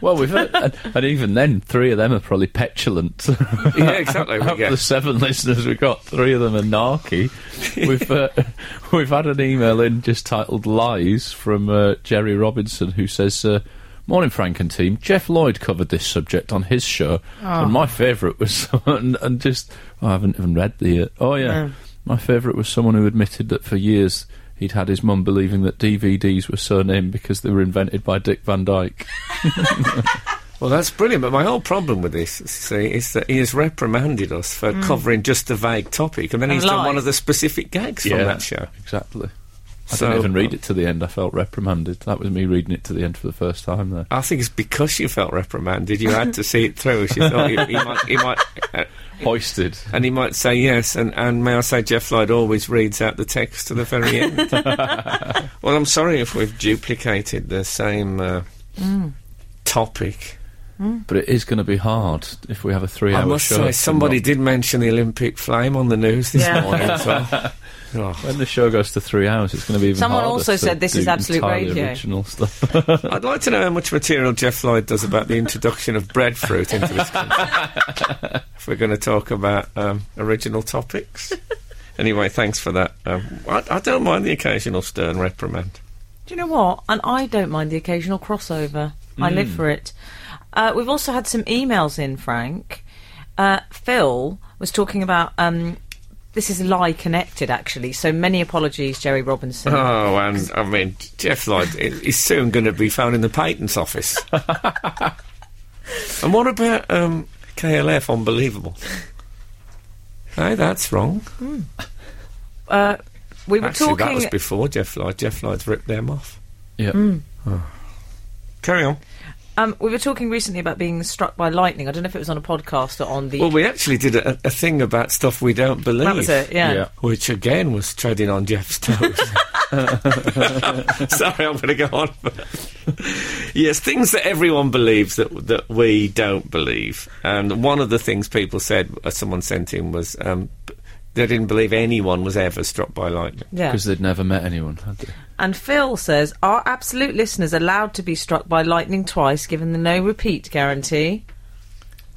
B: Well, we've heard, and, and even then, three of them are probably petulant. [laughs]
D: yeah, exactly. we
B: Out of
D: get-
B: the seven listeners we've got, three of them are
D: [laughs]
B: narky. we've uh, we've had an email in just titled "Lies" from uh, Jerry Robinson, who says, uh, "Morning, Frank and team. Jeff Lloyd covered this subject on his show, and my favourite was someone [laughs] and just oh, I haven't even read the uh, oh yeah, my favourite was someone who admitted that for years." He'd had his mum believing that DVDs were so named because they were invented by Dick Van Dyke.
D: Well, that's brilliant. But my whole problem with this, see, is that he has reprimanded us for covering just a vague topic, and then
E: Hmm. And
D: he's done
E: lies.
D: one of the specific gags from that show.
B: Exactly. I
D: So-
B: didn't even read it to the end. I felt reprimanded. That was me reading it to the end for the first time there.
D: I think it's because you felt reprimanded, you had
E: [laughs]
D: to see it through. She thought he, he might, he might uh,
B: Hoisted.
D: and he might say yes. And, and may I say, Jeff Lloyd always reads out the text to the very end.
E: [laughs]
D: well, I'm sorry if we've duplicated the same uh,
E: Hmm.
D: topic.
B: But it is going to be hard if we have a three hour
D: I must
B: show.
D: say,
B: to
D: somebody
B: not-
D: did mention the Olympic flame on the news this
E: Yeah.
D: morning as
E: [laughs]
D: well. Oh.
B: When the show goes to three hours, it's going to be even
E: Someone
B: harder
E: also
B: to
E: said this
B: do
E: is absolute
B: entirely
E: radio. Hmm.
B: original [laughs] stuff.
D: I'd like to know how much material Jeff Lloyd does about the introduction of breadfruit into this country. if we're going to talk about um, original topics. Anyway, thanks for that. Um, I, I don't mind the occasional stern reprimand.
E: Do you know what? And I don't mind the occasional crossover. I live for it. Uh, we've also had some emails in, Frank. Uh, Phil was talking about. Um, this is lie connected, actually. So many apologies, Jerry Robinson.
D: Oh, and I mean, Jeff Lloyd i- is soon going to be found in the patents office. and what about um, KLF? Unbelievable. Hey, that's wrong.
E: Uh, we were
D: Actually, that
E: talking.
D: was before Jeff Lloyd. Jeff Lloyd's ripped them off.
B: yeah.
D: Carry on.
E: um, we were talking recently about being struck by lightning. I don't know if it was on a podcast or on the.
D: Well, we actually did a, a thing about stuff we don't believe.
E: that was it. Yeah.
B: Yeah.
D: Which again was treading on Jeff's
E: [laughs]
D: toes. [laughs] Sorry, I'm going to go on. yes, things that everyone believes that that we don't believe. And one of the things people said, uh, someone sent in, was um, b- they didn't believe anyone was ever struck by lightning.
E: Yeah.
B: Because they'd never met anyone, had they?
E: And Phil says, "Are absolute listeners allowed to be struck by lightning twice, given the no repeat guarantee?"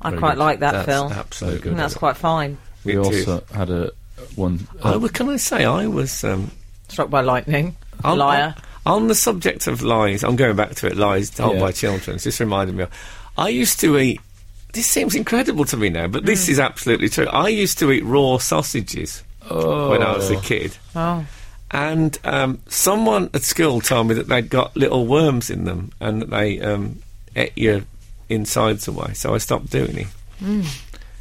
E: I
B: Very
E: quite
B: good.
E: like that,
B: That's
E: Phil.
B: absolutely
E: I think
B: good.
E: that's quite fine.
B: We
D: It
B: also had a one.
D: I
B: uh,
D: was, can I say I was um,
E: Struck by lightning,
D: On-
E: liar.
D: On, on the subject of lies, I'm going back to it. Lies told
B: Yeah.
D: by children. It's just reminded me. of... I used to eat. This seems incredible to me now, but this is absolutely true. I used to eat raw sausages when I was a kid,
E: Oh,
D: and um, someone at school told me that they'd got little worms in them and that they um, ate your insides away. So I stopped doing it.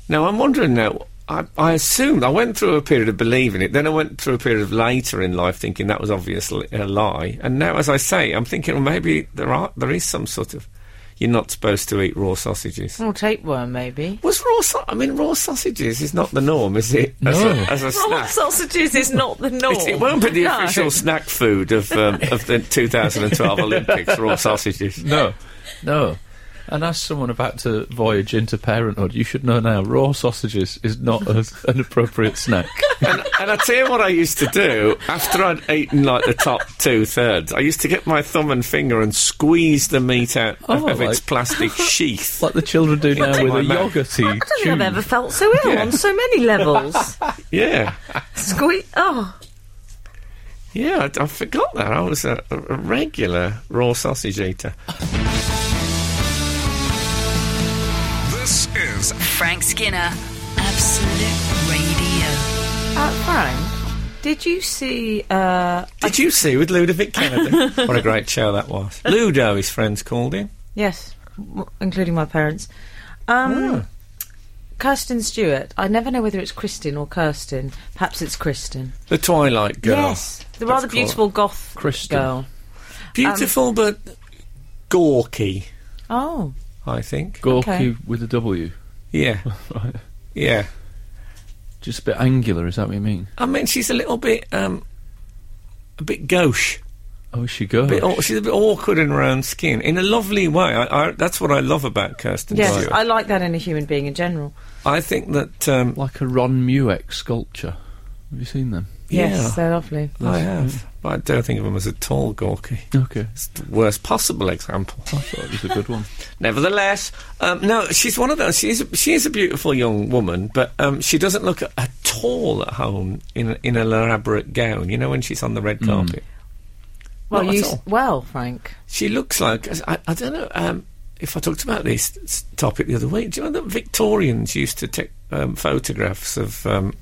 D: Now I'm wondering now. I, I assumed I went through a period of believing it. Then I went through a period of later in life thinking that was obviously a lie. And now, as I say, I'm thinking well, maybe there are there is some sort of you're not supposed to eat raw sausages.
E: well, tapeworm maybe.
D: Was raw? sau- I mean, raw sausages is not the norm, is it? As a,
B: No.
D: as a
E: Raw
D: snack.
E: Oh, sausages is not the norm.
D: It, it won't be the
E: No. [laughs]
D: official snack food of um, of the 2012 Olympics. Raw sausages.
B: No, no. And as someone about to voyage into parenthood, you should know now raw sausages is not a, an appropriate snack.
D: and, and I tell you what I used to do after I'd eaten like the top two thirds. I used to get my thumb and finger and squeeze the meat out of,
B: Oh,
D: of its
E: [laughs]
B: like-
D: plastic sheath.
B: Like the children do now with
D: my
B: a
D: mouth.
B: yogurty.
E: I don't think I've ever felt so ill
D: Yeah.
E: on so many levels.
D: Yeah,
E: Squeak. Oh,
D: yeah. I, I forgot that I was a, a a regular raw sausage eater.
C: This is
A: Frank Skinner, Absolute Radio.
E: uh, Frank, did you see? Uh,
D: Did you see with Ludovic
E: [laughs]
D: Kennedy? what a great show that was. Ludo, his friends called him.
E: Yes, w- including my parents. Um,
D: Ah.
E: Kirsten Stewart. I never know whether it's Kristin or Kirsten. Perhaps it's Kristen.
D: The Twilight Girl.
E: Yes, the rather
D: That's cool.
E: beautiful um, goth
B: Kristen.
E: girl.
D: Beautiful but gawky,
E: Oh,
D: I think.
B: Gorky
E: Okay.
B: with a W.
D: Yeah.
B: Right.
D: Yeah.
B: Just a bit angular, is that what you mean?
D: I mean, she's a little bit, um, a bit gauche.
B: Oh, is she goes.
D: Bit, aw- she's a bit awkward and round skin in a lovely way. I, I, that's what I love about Kirsten
E: Yes,
D: Stewart.
E: I
D: I,
E: like that in a human being in general.
D: think that um,
B: Like a Ron Mueck sculpture. Have you seen them?
D: Yeah.
E: Yes, they're lovely.
D: I have, but I don't think of him as a tall gawky.
B: Okay.
D: It's the worst possible example.
B: I thought it was a
D: [laughs]
B: good one.
D: Nevertheless, um, no, she's one of those. She's she is a beautiful young woman, but um, she doesn't look at, at all at home in in an elaborate gown. You know when she's on the red carpet,
E: Hmm. Well,
D: Not at
E: you s-
D: all.
E: well, Frank.
D: she looks like I, I don't know um, if I talked about this s- topic the other week. Do you know that Victorians used to take um, photographs of um,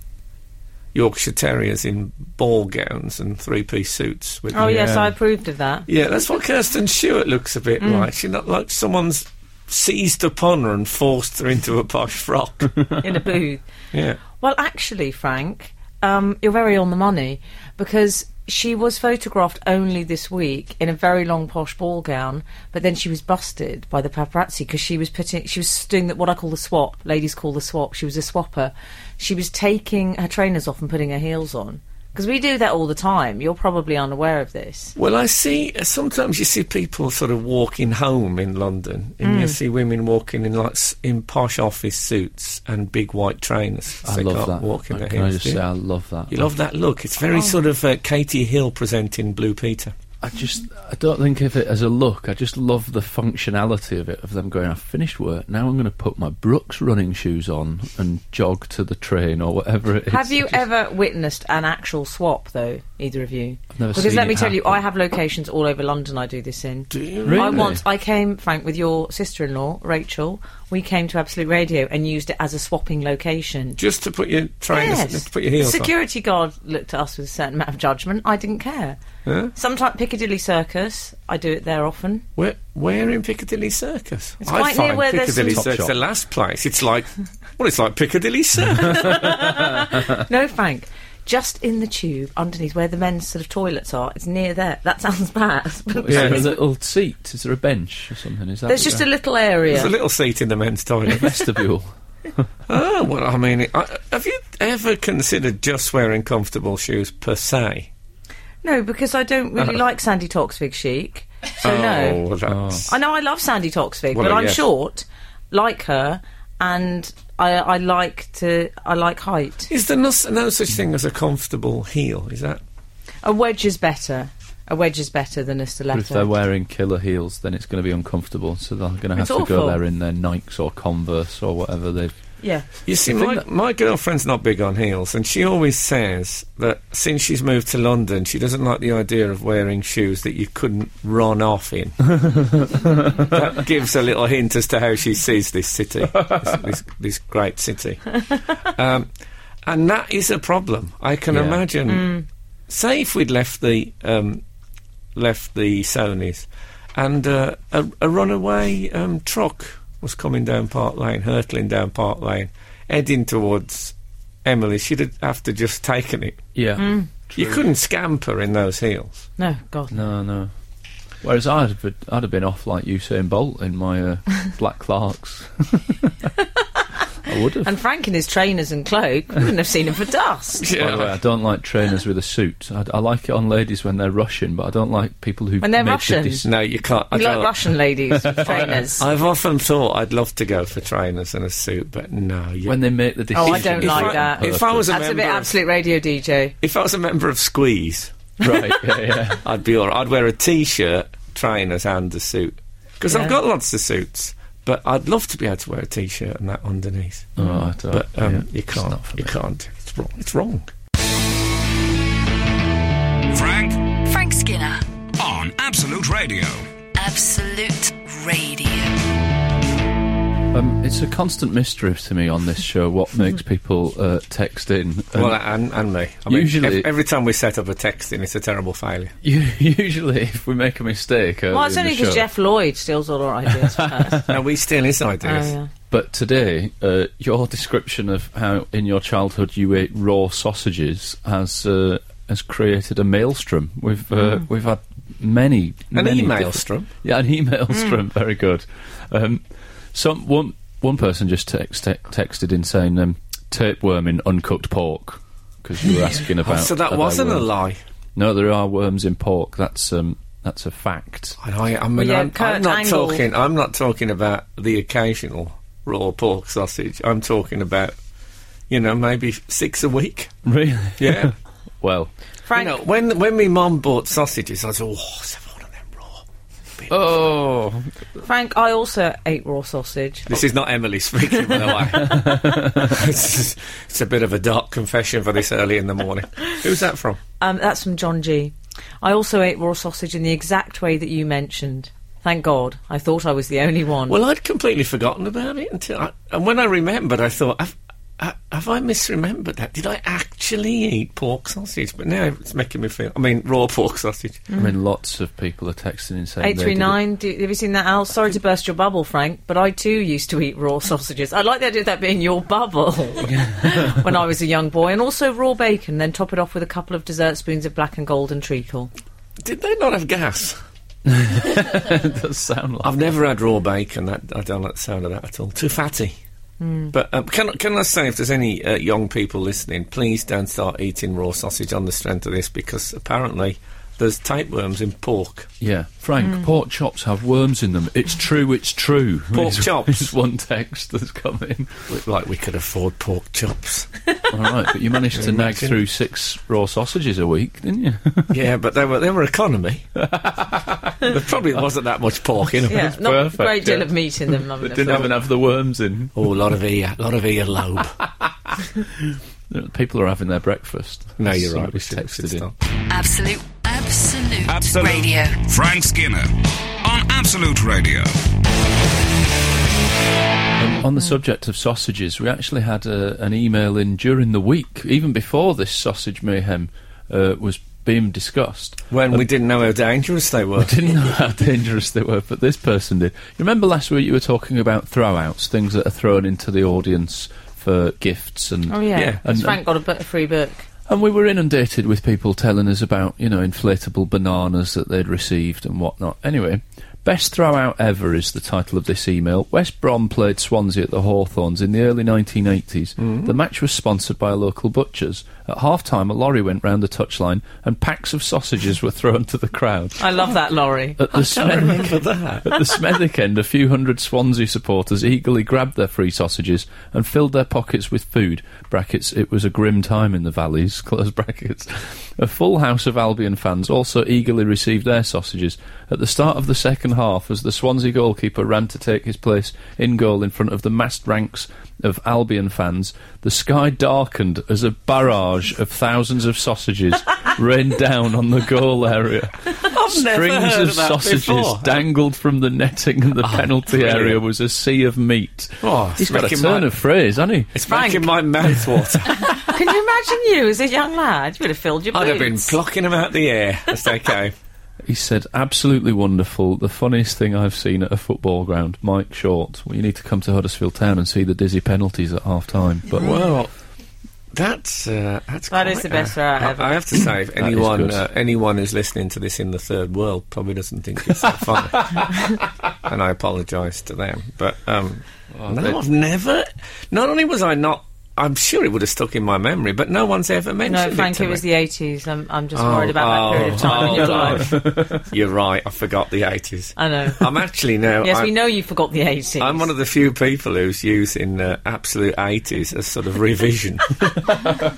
D: Yorkshire Terriers in ball gowns and three piece suits? With
E: Oh yes, Mm.
B: Yeah.
E: I approved of that.
D: Yeah, that's what Kirsten Stewart looks a bit like. She's not like someone's seized upon her and forced her into a posh frock.
E: [laughs] in
D: [laughs]
E: a booth.
D: yeah.
E: Well, actually, Frank, um, you're very on the money because she was photographed only this week in a very long posh ball gown, but then she was busted by the paparazzi because she was putting, she was doing that what I call the swap. Ladies call the swap. She was a swapper. She was taking her trainers off and putting her heels on. Because we do that all the time. You're probably unaware of this.
D: Well, I see. uh, Sometimes you see people sort of walking home in London, and
B: Mm.
D: you see women walking in like s- in posh office suits and big white trainers.
B: I
D: They
B: love
D: can't
B: that.
D: Walk in
B: Can
D: their
B: I
D: heels,
B: just
D: do
B: Oh.
D: you?
B: say I love that?
D: you love that look. It's very sort of uh, Katie Hill presenting Blue Peter.
B: I just I don't think of it as a look. I just love the functionality of it of them going. I've finished work now. I'm going to put my Brooks running shoes on and jog to the train or whatever it is.
E: Have you
B: Just-
E: ever witnessed an actual swap, though, either of you?
B: I've never
E: because
B: seen
E: let me
B: it
E: tell you,
B: happen.
E: I have locations all over London I do this in.
D: Do you
B: Really?
E: I once I came, Frank, with your sister-in-law Rachel. We came to Absolute Radio and used it as a swapping location.
D: Just to put your trainers,
E: Yes.
D: to put your heels
E: Security guard looked at us with a certain amount of judgment. I didn't care.
D: Huh?
E: Sometimes Piccadilly Circus. I do it there
D: [laughs]
E: often.
D: on. Where, where in Piccadilly Circus?
E: It's
D: I
E: quite near
D: find
E: where there's
D: Piccadilly
E: some-
B: Top
D: Circus
B: shop.
D: the last place. It's like, well, it's like
B: [laughs]
D: Piccadilly Circus.
E: no, Frank. Just in the tube, underneath where the men's sort of toilets are. It's near there. That sounds bad. [laughs] but
B: Is there a
D: Yes.
B: little seat? Is there a bench or something? Is that
E: There's
B: what
E: just a
B: they're-
E: little area.
D: There's a little seat in the men's toilet.
B: [laughs] vestibule?
D: Oh, well, I mean, I, have you ever considered just wearing comfortable shoes per se?
E: No, because I don't really like Sandy Toksvig chic. So no.
D: Oh, that's.
E: I know I love Sandy Toksvig,
D: Well,
E: but I'm
D: yes.
E: short, like her, and I, I like to I like height.
D: Is there no, s- no such thing as a comfortable heel? Is that.
E: A wedge is better. A wedge is better than a
B: But if they're
E: stiletto.
B: wearing killer heels, then it's going to be uncomfortable. So they're going to have
E: It's
B: to
E: awful.
B: go there in their Nikes or Converse or whatever they've.
E: yeah.
D: You see,
B: thing
D: my,
B: that-
D: my girlfriend's not big on heels, and she always says that since she's moved to London, she doesn't like the idea of wearing shoes that you couldn't run off in. that gives a little hint as to how she sees this city, this, this, this great city. Um, and that is a problem. I can
B: Yeah.
D: imagine. Say if we'd left the um, left the Sony's, and uh, a, a runaway um, truck was coming down Park Lane, hurtling down Park Lane, heading towards Emily. She'd have- have to just taken it.
B: Yeah.
E: Mm.
D: You couldn't scamper in those heels.
E: No, God.
B: No, no. Whereas I'd have, been- I'd have been off like Usain Bolt in my
E: [laughs]
B: uh, black Clarks. [laughs] I would have.
E: And Frank in his trainers and cloak, we wouldn't have seen him for dust.
B: By the way,
D: uh,
B: I don't like trainers with a suit. I, I like it on ladies when they're Russian, but I don't like people who
E: When they're
B: make
E: Russian.
B: The dis-
D: No, you can't. I
E: You like
D: don't-
E: Russian ladies with trainers.
D: I've often thought I'd love to go for trainers and a suit, but no. You,
B: when they make the
E: Oh,
B: decision.
E: I don't
D: If
E: like
D: I-
E: that.
D: If I was a
E: That's a
D: member,
E: bit
D: of-
E: absolute radio DJ.
D: if I was a member of Squeeze,
B: right,
D: [laughs]
B: yeah, yeah.
D: I'd be all right. I'd wear a t-shirt, trainers, and a suit because
E: Yeah.
D: I've got lots of suits. But I'd love to be able to wear a t-shirt and that underneath.
B: Oh, I don't.
D: But um,
B: yeah.
D: you
B: It's
D: can't.
B: not for
D: You
B: me.
D: can't. It's wrong. It's wrong.
C: Frank
A: Frank Skinner,
C: on Absolute Radio.
A: Absolute Radio.
B: Um, it's a constant mystery to me on this show
E: [laughs]
B: what makes people uh, text in. Um, And
D: well, and, and me. I mean,
B: usually-
D: ev- every time we set up a texting, it's a terrible failure.
B: u- [laughs] usually, if we make a mistake, early
E: Well, it's
B: in the
E: only because
B: show-
E: Jeff Lloyd steals all our ideas from us.
D: now we steal his ideas.
E: Oh, yeah.
B: But today, uh, your description of how in your childhood you ate raw sausages has uh, has created a maelstrom. We've uh, we've had many
D: Mm. An
B: many
D: emailstrom? Mm.
B: different- Yeah, an emailstrom. Very good. Um, some one one person just text, te- texted in saying. Um, tapeworm in uncooked pork because you
D: [laughs]
B: were asking about.
D: Oh, so that
B: about
D: wasn't a
B: worms.
D: lie.
B: No, there are worms in pork. That's um, that's a fact.
D: I, I, I mean,
E: yeah,
D: I'm,
E: Kurt
D: I'm not
E: Angle.
D: talking. I'm not talking about the occasional raw pork sausage. I'm talking about, you know, maybe six a week.
B: [laughs] Really?
D: Yeah.
B: well.
E: Frank,
D: You know, when when my mum bought sausages, I was oh, let's have one of them raw.
B: Oh,
E: Frank, I also ate raw sausage.
D: This is not Emily speaking, by the way.
E: [laughs]
D: [laughs] it's, just- it's a bit of a dark confession for this early in the morning. Who's that from?
E: Um, that's from John G. I also ate raw sausage in the exact way that you mentioned. Thank God. I thought I was the only one.
D: Well, I'd completely forgotten about it until, I, and when I remembered, I thought, have, ha- have I misremembered that? Did I actually eat pork sausage? But now it's making me feel. I mean, raw [laughs] pork sausage.
B: I mean, lots of people are texting and saying. they did it.
E: 839, do, have you seen that, Al? Sorry to burst your bubble, Frank, but I too used to eat raw sausages. I like the idea of that being your
B: [laughs]
E: bubble when I was a young boy. And also raw bacon, then top it off with a couple of dessert spoons of black and golden treacle.
D: Did they not have gas?
B: It does sound like.
D: I've never had raw bacon. That I don't like the sound of that at all. Too fatty. But um, can can I say if there's any uh, young people listening, please don't start eating raw sausage on the strength of this because apparently there's tapeworms in pork.
B: Yeah, Frank. Pork chops have worms in them. It's true. It's [laughs] true.
D: Pork
B: Is-
D: chops.
B: is one text that's come
D: [laughs]
B: in.
D: Look like we could afford pork chops.
B: All right, but you managed to nag
D: Imagine.
B: through six raw sausages a week,
D: [laughs]
B: didn't you?
D: yeah, but they were they were
B: [laughs]
D: economy. there probably wasn't that much pork in them.
E: Yeah, not
B: perfect,
E: a great deal
B: yeah.
E: of meat in them. I'm gonna
B: They didn't
E: feel.
B: even have the worms in.
D: Oh, a lot of ear, lot of earlobe.
B: People are having their breakfast.
D: no, you're
B: Somebody
D: right. We should,
B: texted
D: should
B: in.
D: stop.
A: Absolute, absolute,
C: Absolute.
A: radio.
C: Frank Skinner on Absolute Radio.
B: Um, on the subject of sausages, we actually had uh, an email in during the week, even before this sausage mayhem uh, was being discussed.
D: When we didn't know how dangerous they
B: [laughs]
D: were.
B: Didn't know
E: [laughs]
B: how dangerous they were, but this person did. You remember last week you were talking about throwouts, things that are thrown into the audience for gifts and
E: Oh, yeah.
D: Yeah.
E: Has
B: And-
E: Frank got a, bu- a free book.
B: And we were inundated with people telling us about, you know, inflatable bananas that they'd received and whatnot. Anyway, Best Throwout Ever is the title of this email. West Brom played Swansea at the Hawthorns in the early 1980s. The match was sponsored by local butchers. At half time, a lorry went round the touchline and packs of sausages were thrown to the crowd.
E: I love that, Laurie.
B: At the Smethwick-
D: Remember that?
B: at the Smethwick end, a few hundred Swansea supporters eagerly grabbed their free sausages and filled their pockets with food. Brackets, it was a grim time in the valleys. [laughs] Close brackets. A full house of Albion fans also eagerly received their sausages. At the start of the second half, as the Swansea goalkeeper ran to take his place in goal in front of the massed ranks of Albion fans, the sky darkened as a barrage of thousands of sausages rained down on the goal area.
D: [laughs] I've never
B: Strings
D: heard
B: of
D: of that
B: sausages
D: before.
B: dangled from the netting in the penalty
D: Oh, brilliant.
B: area was a sea of meat.
D: Oh,
B: He's
D: it's
B: got a
D: making
B: turn
D: my-
B: of phrase, hasn't he?
D: It's making my mouth water.
E: Can you imagine you as a young lad? You would have filled your
D: I'd have been
E: boots.
D: plucking them out the air. That's okay.
B: He said, absolutely wonderful. The funniest thing I've seen at a football ground. Mike Short. Well, you need to come to Huddersfield Town and see the dizzy penalties at half time. But
D: well, that's uh, that's
E: That
D: quite,
E: is the best
D: uh,
E: route
D: I-
E: ever.
D: I have to say, if
B: is
D: anyone
B: good.
D: uh, anyone who's listening to this in the third world probably doesn't think it's
B: [laughs]
D: that funny, and I apologise to them. But um, no,
B: they-
D: I've never. Not only was I not. I'm sure it would have stuck in my memory, but no one's ever mentioned
E: no, Frank,
D: it to
E: it was
D: me.
E: the 80s. I'm, I'm just
D: Oh,
E: worried about that period of time in your life.
D: [laughs] You're right. I forgot the 80s.
E: [laughs] I know.
D: I'm actually now.
E: Yes,
D: I'm,
E: we know you forgot the 80s.
D: I'm one of the few people who's using uh, absolute 80s as sort of revision.
B: that'd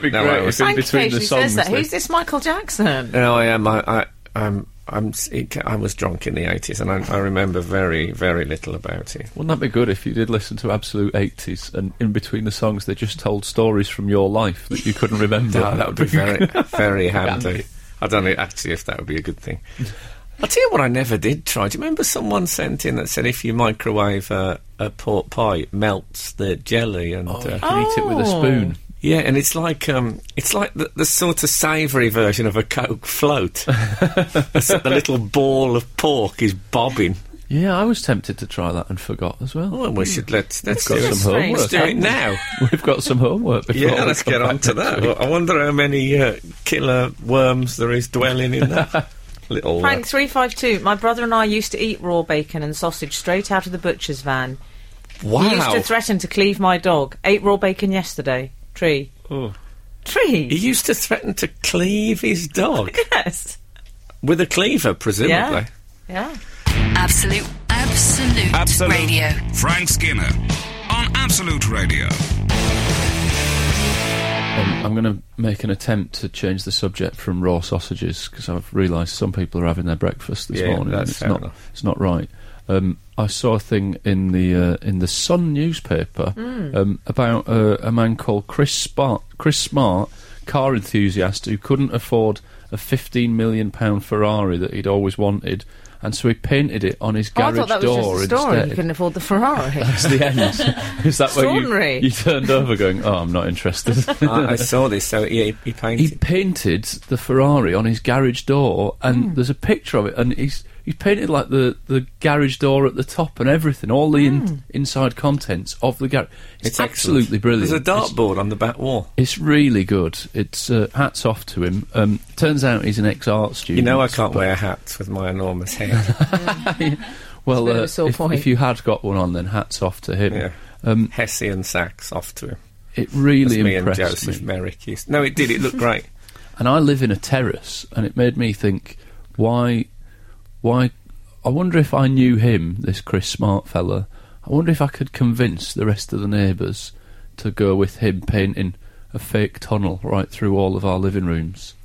B: be
D: No, I
B: great
D: was-
B: if in
E: Frank
B: between the
E: occasionally
B: songs.
E: says that.
B: they-
E: Who's this Michael Jackson?
D: No, I am. I, I, I'm. I'm. s- It, ca- I was drunk in the eighties, and I, I remember very, very little about it.
B: Wouldn't that be good if you did listen to Absolute 80s and in between the songs they just told stories from your life Oh, that you couldn't remember?
D: [laughs] No, Oh, that would be very, very handy. I don't know actually if that would be a good thing. I'll tell you what I never did try. Do you remember someone sent in that said if you microwave uh, a pork pie, it melts the jelly and uh,
B: You can eat it with a
E: Oh.
B: spoon.
D: yeah, and it's like um, it's like the, the sort of savoury version of a Coke float. Except the little ball of pork is bobbing.
B: Yeah, I was tempted to try that and forgot as well.
D: Oh, and we should let's let's
B: got
D: do it.
B: some homework.
D: Let's do it now.
B: We've got some homework before.
D: Yeah,
B: we
D: let's
B: come
D: get
B: back
D: on to
B: next
D: that.
B: week.
D: Well, I wonder how many uh, killer worms there is dwelling in that little. uh,
E: Frank352. My brother and I used to eat raw bacon and sausage straight out of the butcher's van.
D: Wow.
E: He used to threaten to cleave my dog. Ate raw bacon yesterday. Tree.
B: Oh.
D: He
E: Tree.
D: used to threaten to cleave his dog
E: [laughs] Yes.
D: with a cleaver, presumably.
E: Yeah. Yeah.
A: Absolute, absolute,
D: Absolute.
A: radio.
C: Frank Skinner on Absolute Radio.
B: Um, I'm going to make an attempt to change the subject from raw sausages because I've realised some people are having their breakfast this
D: Yeah,
B: morning. and
D: that's
B: it's
D: fair
B: not
D: enough.
B: it's not right. Um, I saw a thing in the uh, in the Sun newspaper
E: Hmm.
B: um, about uh, a man called Chris Smart, Chris Smart, car enthusiast who couldn't afford a 15 million pound Ferrari that he'd always wanted, and so he painted it on his
E: Oh, I
B: garage
E: thought that was
B: door
E: just a story. You
B: instead.
E: couldn't afford the Ferrari.
B: It's
E: [laughs]
B: the end. Is that where
E: Extraordinary. Uh,
B: you, you turned over going, "Oh, I'm
E: [laughs]
B: not interested." [laughs]
D: I, I saw this, so yeah, he, he painted.
B: he painted the Ferrari on his garage door, and
E: Hmm.
B: there's a picture of it, and he's he's painted like the, the garage door at the top and everything, all the
E: Hmm.
B: in, inside contents of the garage.
D: It's
B: It's,
D: excellent.
B: absolutely brilliant.
D: There's a
B: It's-
D: dartboard on the back wall.
B: It's, really good. It's uh, hats off to him. Um, turns out he's an ex art student.
D: You know, I can't wear hats with my enormous head.
E: It's a
B: Well,
E: bit of
B: uh,
E: a sore
B: if,
E: point.
B: if you had got one on, then hats off to him.
D: yeah.
B: Um,
D: Hessian sacks off to him.
B: it
D: That's
B: really
D: me and
B: impressed
D: Joseph
B: me.
D: Merrick used. No, it did. It looked great.
B: and I live in a terrace, and it made me think, why, why? I wonder if I knew him, this Chris Smart fella. I wonder if I could convince the rest of the neighbours to go with him painting a fake tunnel right through all of our living rooms. [laughs]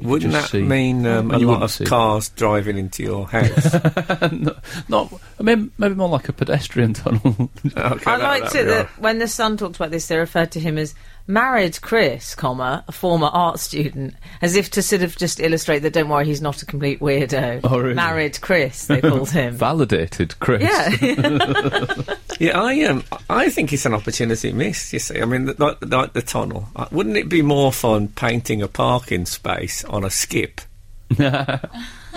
D: Wouldn't
B: just
D: that
B: see.
D: mean um, a
B: You
D: lot
B: wouldn't
D: of
B: see.
D: cars driving into your house? okay,
B: Not, I mean, maybe more like a pedestrian [laughs] tunnel.
E: I
D: that-
E: liked
D: that'd
E: it
D: be
E: that
D: all
E: when the Sun talked about this, they referred to him as married Chris, comma, a former art student, as if to sort of just illustrate that don't worry, he's not a complete weirdo.
B: [laughs] Oh, really?
E: Married Chris, they called
B: [laughs]
E: him.
B: Validated, Chris.
E: yeah, [laughs]
B: [laughs]
D: right. Yeah, I um, I think it's an opportunity missed. You see, I mean, th- like, like the tunnel. Uh, Wouldn't it be more fun painting a parking space on a skip?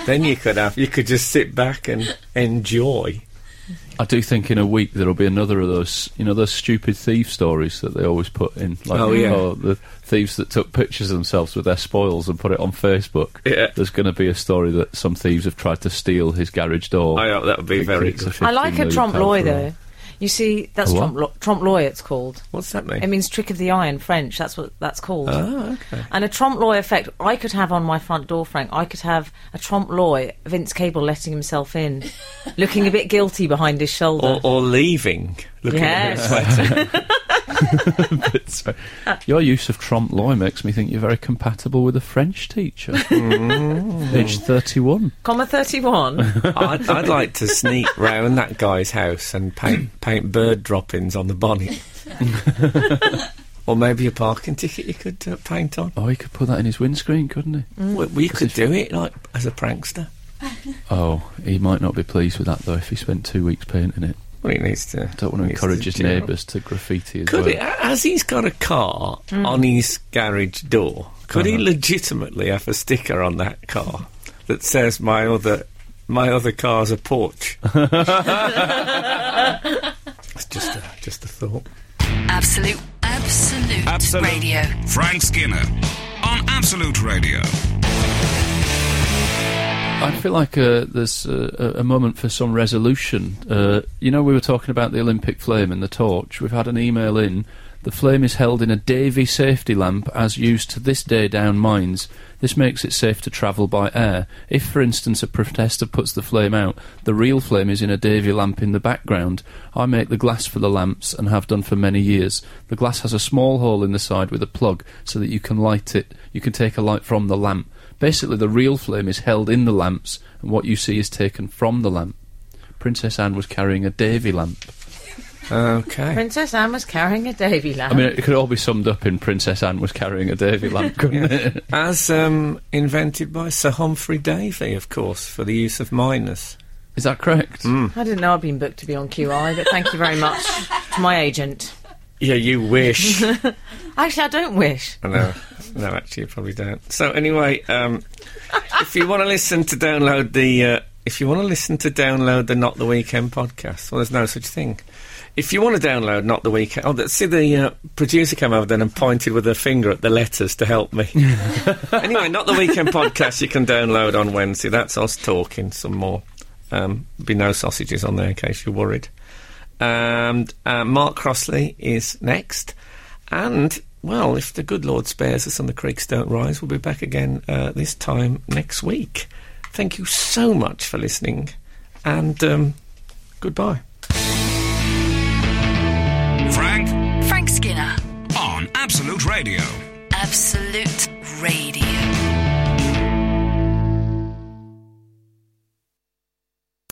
D: then you could have you could just sit back and enjoy.
B: I do think in a week there'll be another of those, you know, those stupid thief stories that they always put in. Like,
D: Oh, yeah.
B: the thieves that took pictures of themselves with their spoils and put it on Facebook.
D: Yeah.
B: There's going to be a story that some thieves have tried to steal his garage door.
D: I hope that would be
B: It
D: very
B: creates
D: good.
E: I like a
B: 15
E: trompe
B: million
E: l'oeil
B: pound
E: though. You see, that's
B: A what?
E: trompe l'oeil, trompe l'oeil. It's called.
D: What's that mean?
E: It means trick of the eye in French. That's what that's called.
B: Ah,
D: oh, okay.
E: And a trompe l'oeil effect I could have on my front door, Frank. I could have a trompe l'oeil, Vince Cable letting himself in, looking a bit guilty behind his shoulder.
D: Or, or leaving. Looking at
E: uh, Yes.
D: his sweater.
B: [laughs] It's- Your use of trompe l'oeil makes me think you're very compatible with a
D: [laughs]
B: French teacher.
D: Mm.
B: Age 31.
E: Comma 31.
D: I'd, I'd like to sneak round that guy's house and paint paint bird droppings on the bonnet, or maybe a parking ticket you could uh, paint on.
B: Oh, he could put that in his windscreen, couldn't he?
D: Well, you could do it like as a prankster.
B: Oh, he might not be pleased with that, though, if he spent two weeks painting it.
D: Well, he needs to.
B: Don't want to
D: needs
B: encourage his
D: do it.
B: neighbours to graffiti as
D: Could
B: well.
D: it? As he's got a car on his garage door, could
B: Uh-huh.
D: he legitimately have a sticker on that car that says "My other, my other car's a
B: [laughs]
D: porch"? it's just a, just a thought.
A: Absolute, absolute,
D: Absolute.
A: radio.
C: Frank Skinner on Absolute Radio.
B: I feel like uh, there's uh, a, a moment for some resolution. Uh, you know, we were talking about the Olympic flame and the torch. We've had an email in. The flame is held in a Davy safety lamp as used to this day down mines. This makes it safe to travel by air. If, for instance, a protester puts the flame out, the real flame is in a Davy lamp in the background. I make the glass for the lamps and have done for many years. The glass has a small hole in the side with a plug so that you can light it. You can take a light from the lamp. Basically, the real flame is held in the lamps, and what you see is taken from the lamp. Princess Anne was carrying a Davy lamp.
D: Okay.
E: Princess Anne was carrying a Davy lamp.
B: I mean, it could all be summed up in Princess Anne was carrying a Davy lamp, couldn't it?
D: As um, invented by Sir Humphrey Davy, of course, for the use of miners.
B: Is that correct?
E: I didn't know I'd been booked to be on QI, but thank you very much to my agent.
D: Yeah, you wish. no,
E: Actually, I don't wish.
D: no, actually, you probably don't. So anyway, um, if you want to listen to download the, uh, if you want to listen to download the Not the Weekend podcast, well, there's no such thing. If you want to download Not the Weekend, oh, th- see the uh, producer came over then and pointed with her finger at the letters to help me. anyway, Not the Weekend podcast you can download on Wednesday. That's us talking some more. Um, be no sausages on there in case you're worried. And uh, Mark Crossley is next. And, well, if the good Lord spares us and the creeks don't rise, we'll be back again uh, this time next week. Thank you so much for listening. And um, goodbye.
C: Frank
A: Frank Skinner,
C: on Absolute Radio.
A: Absolute Radio.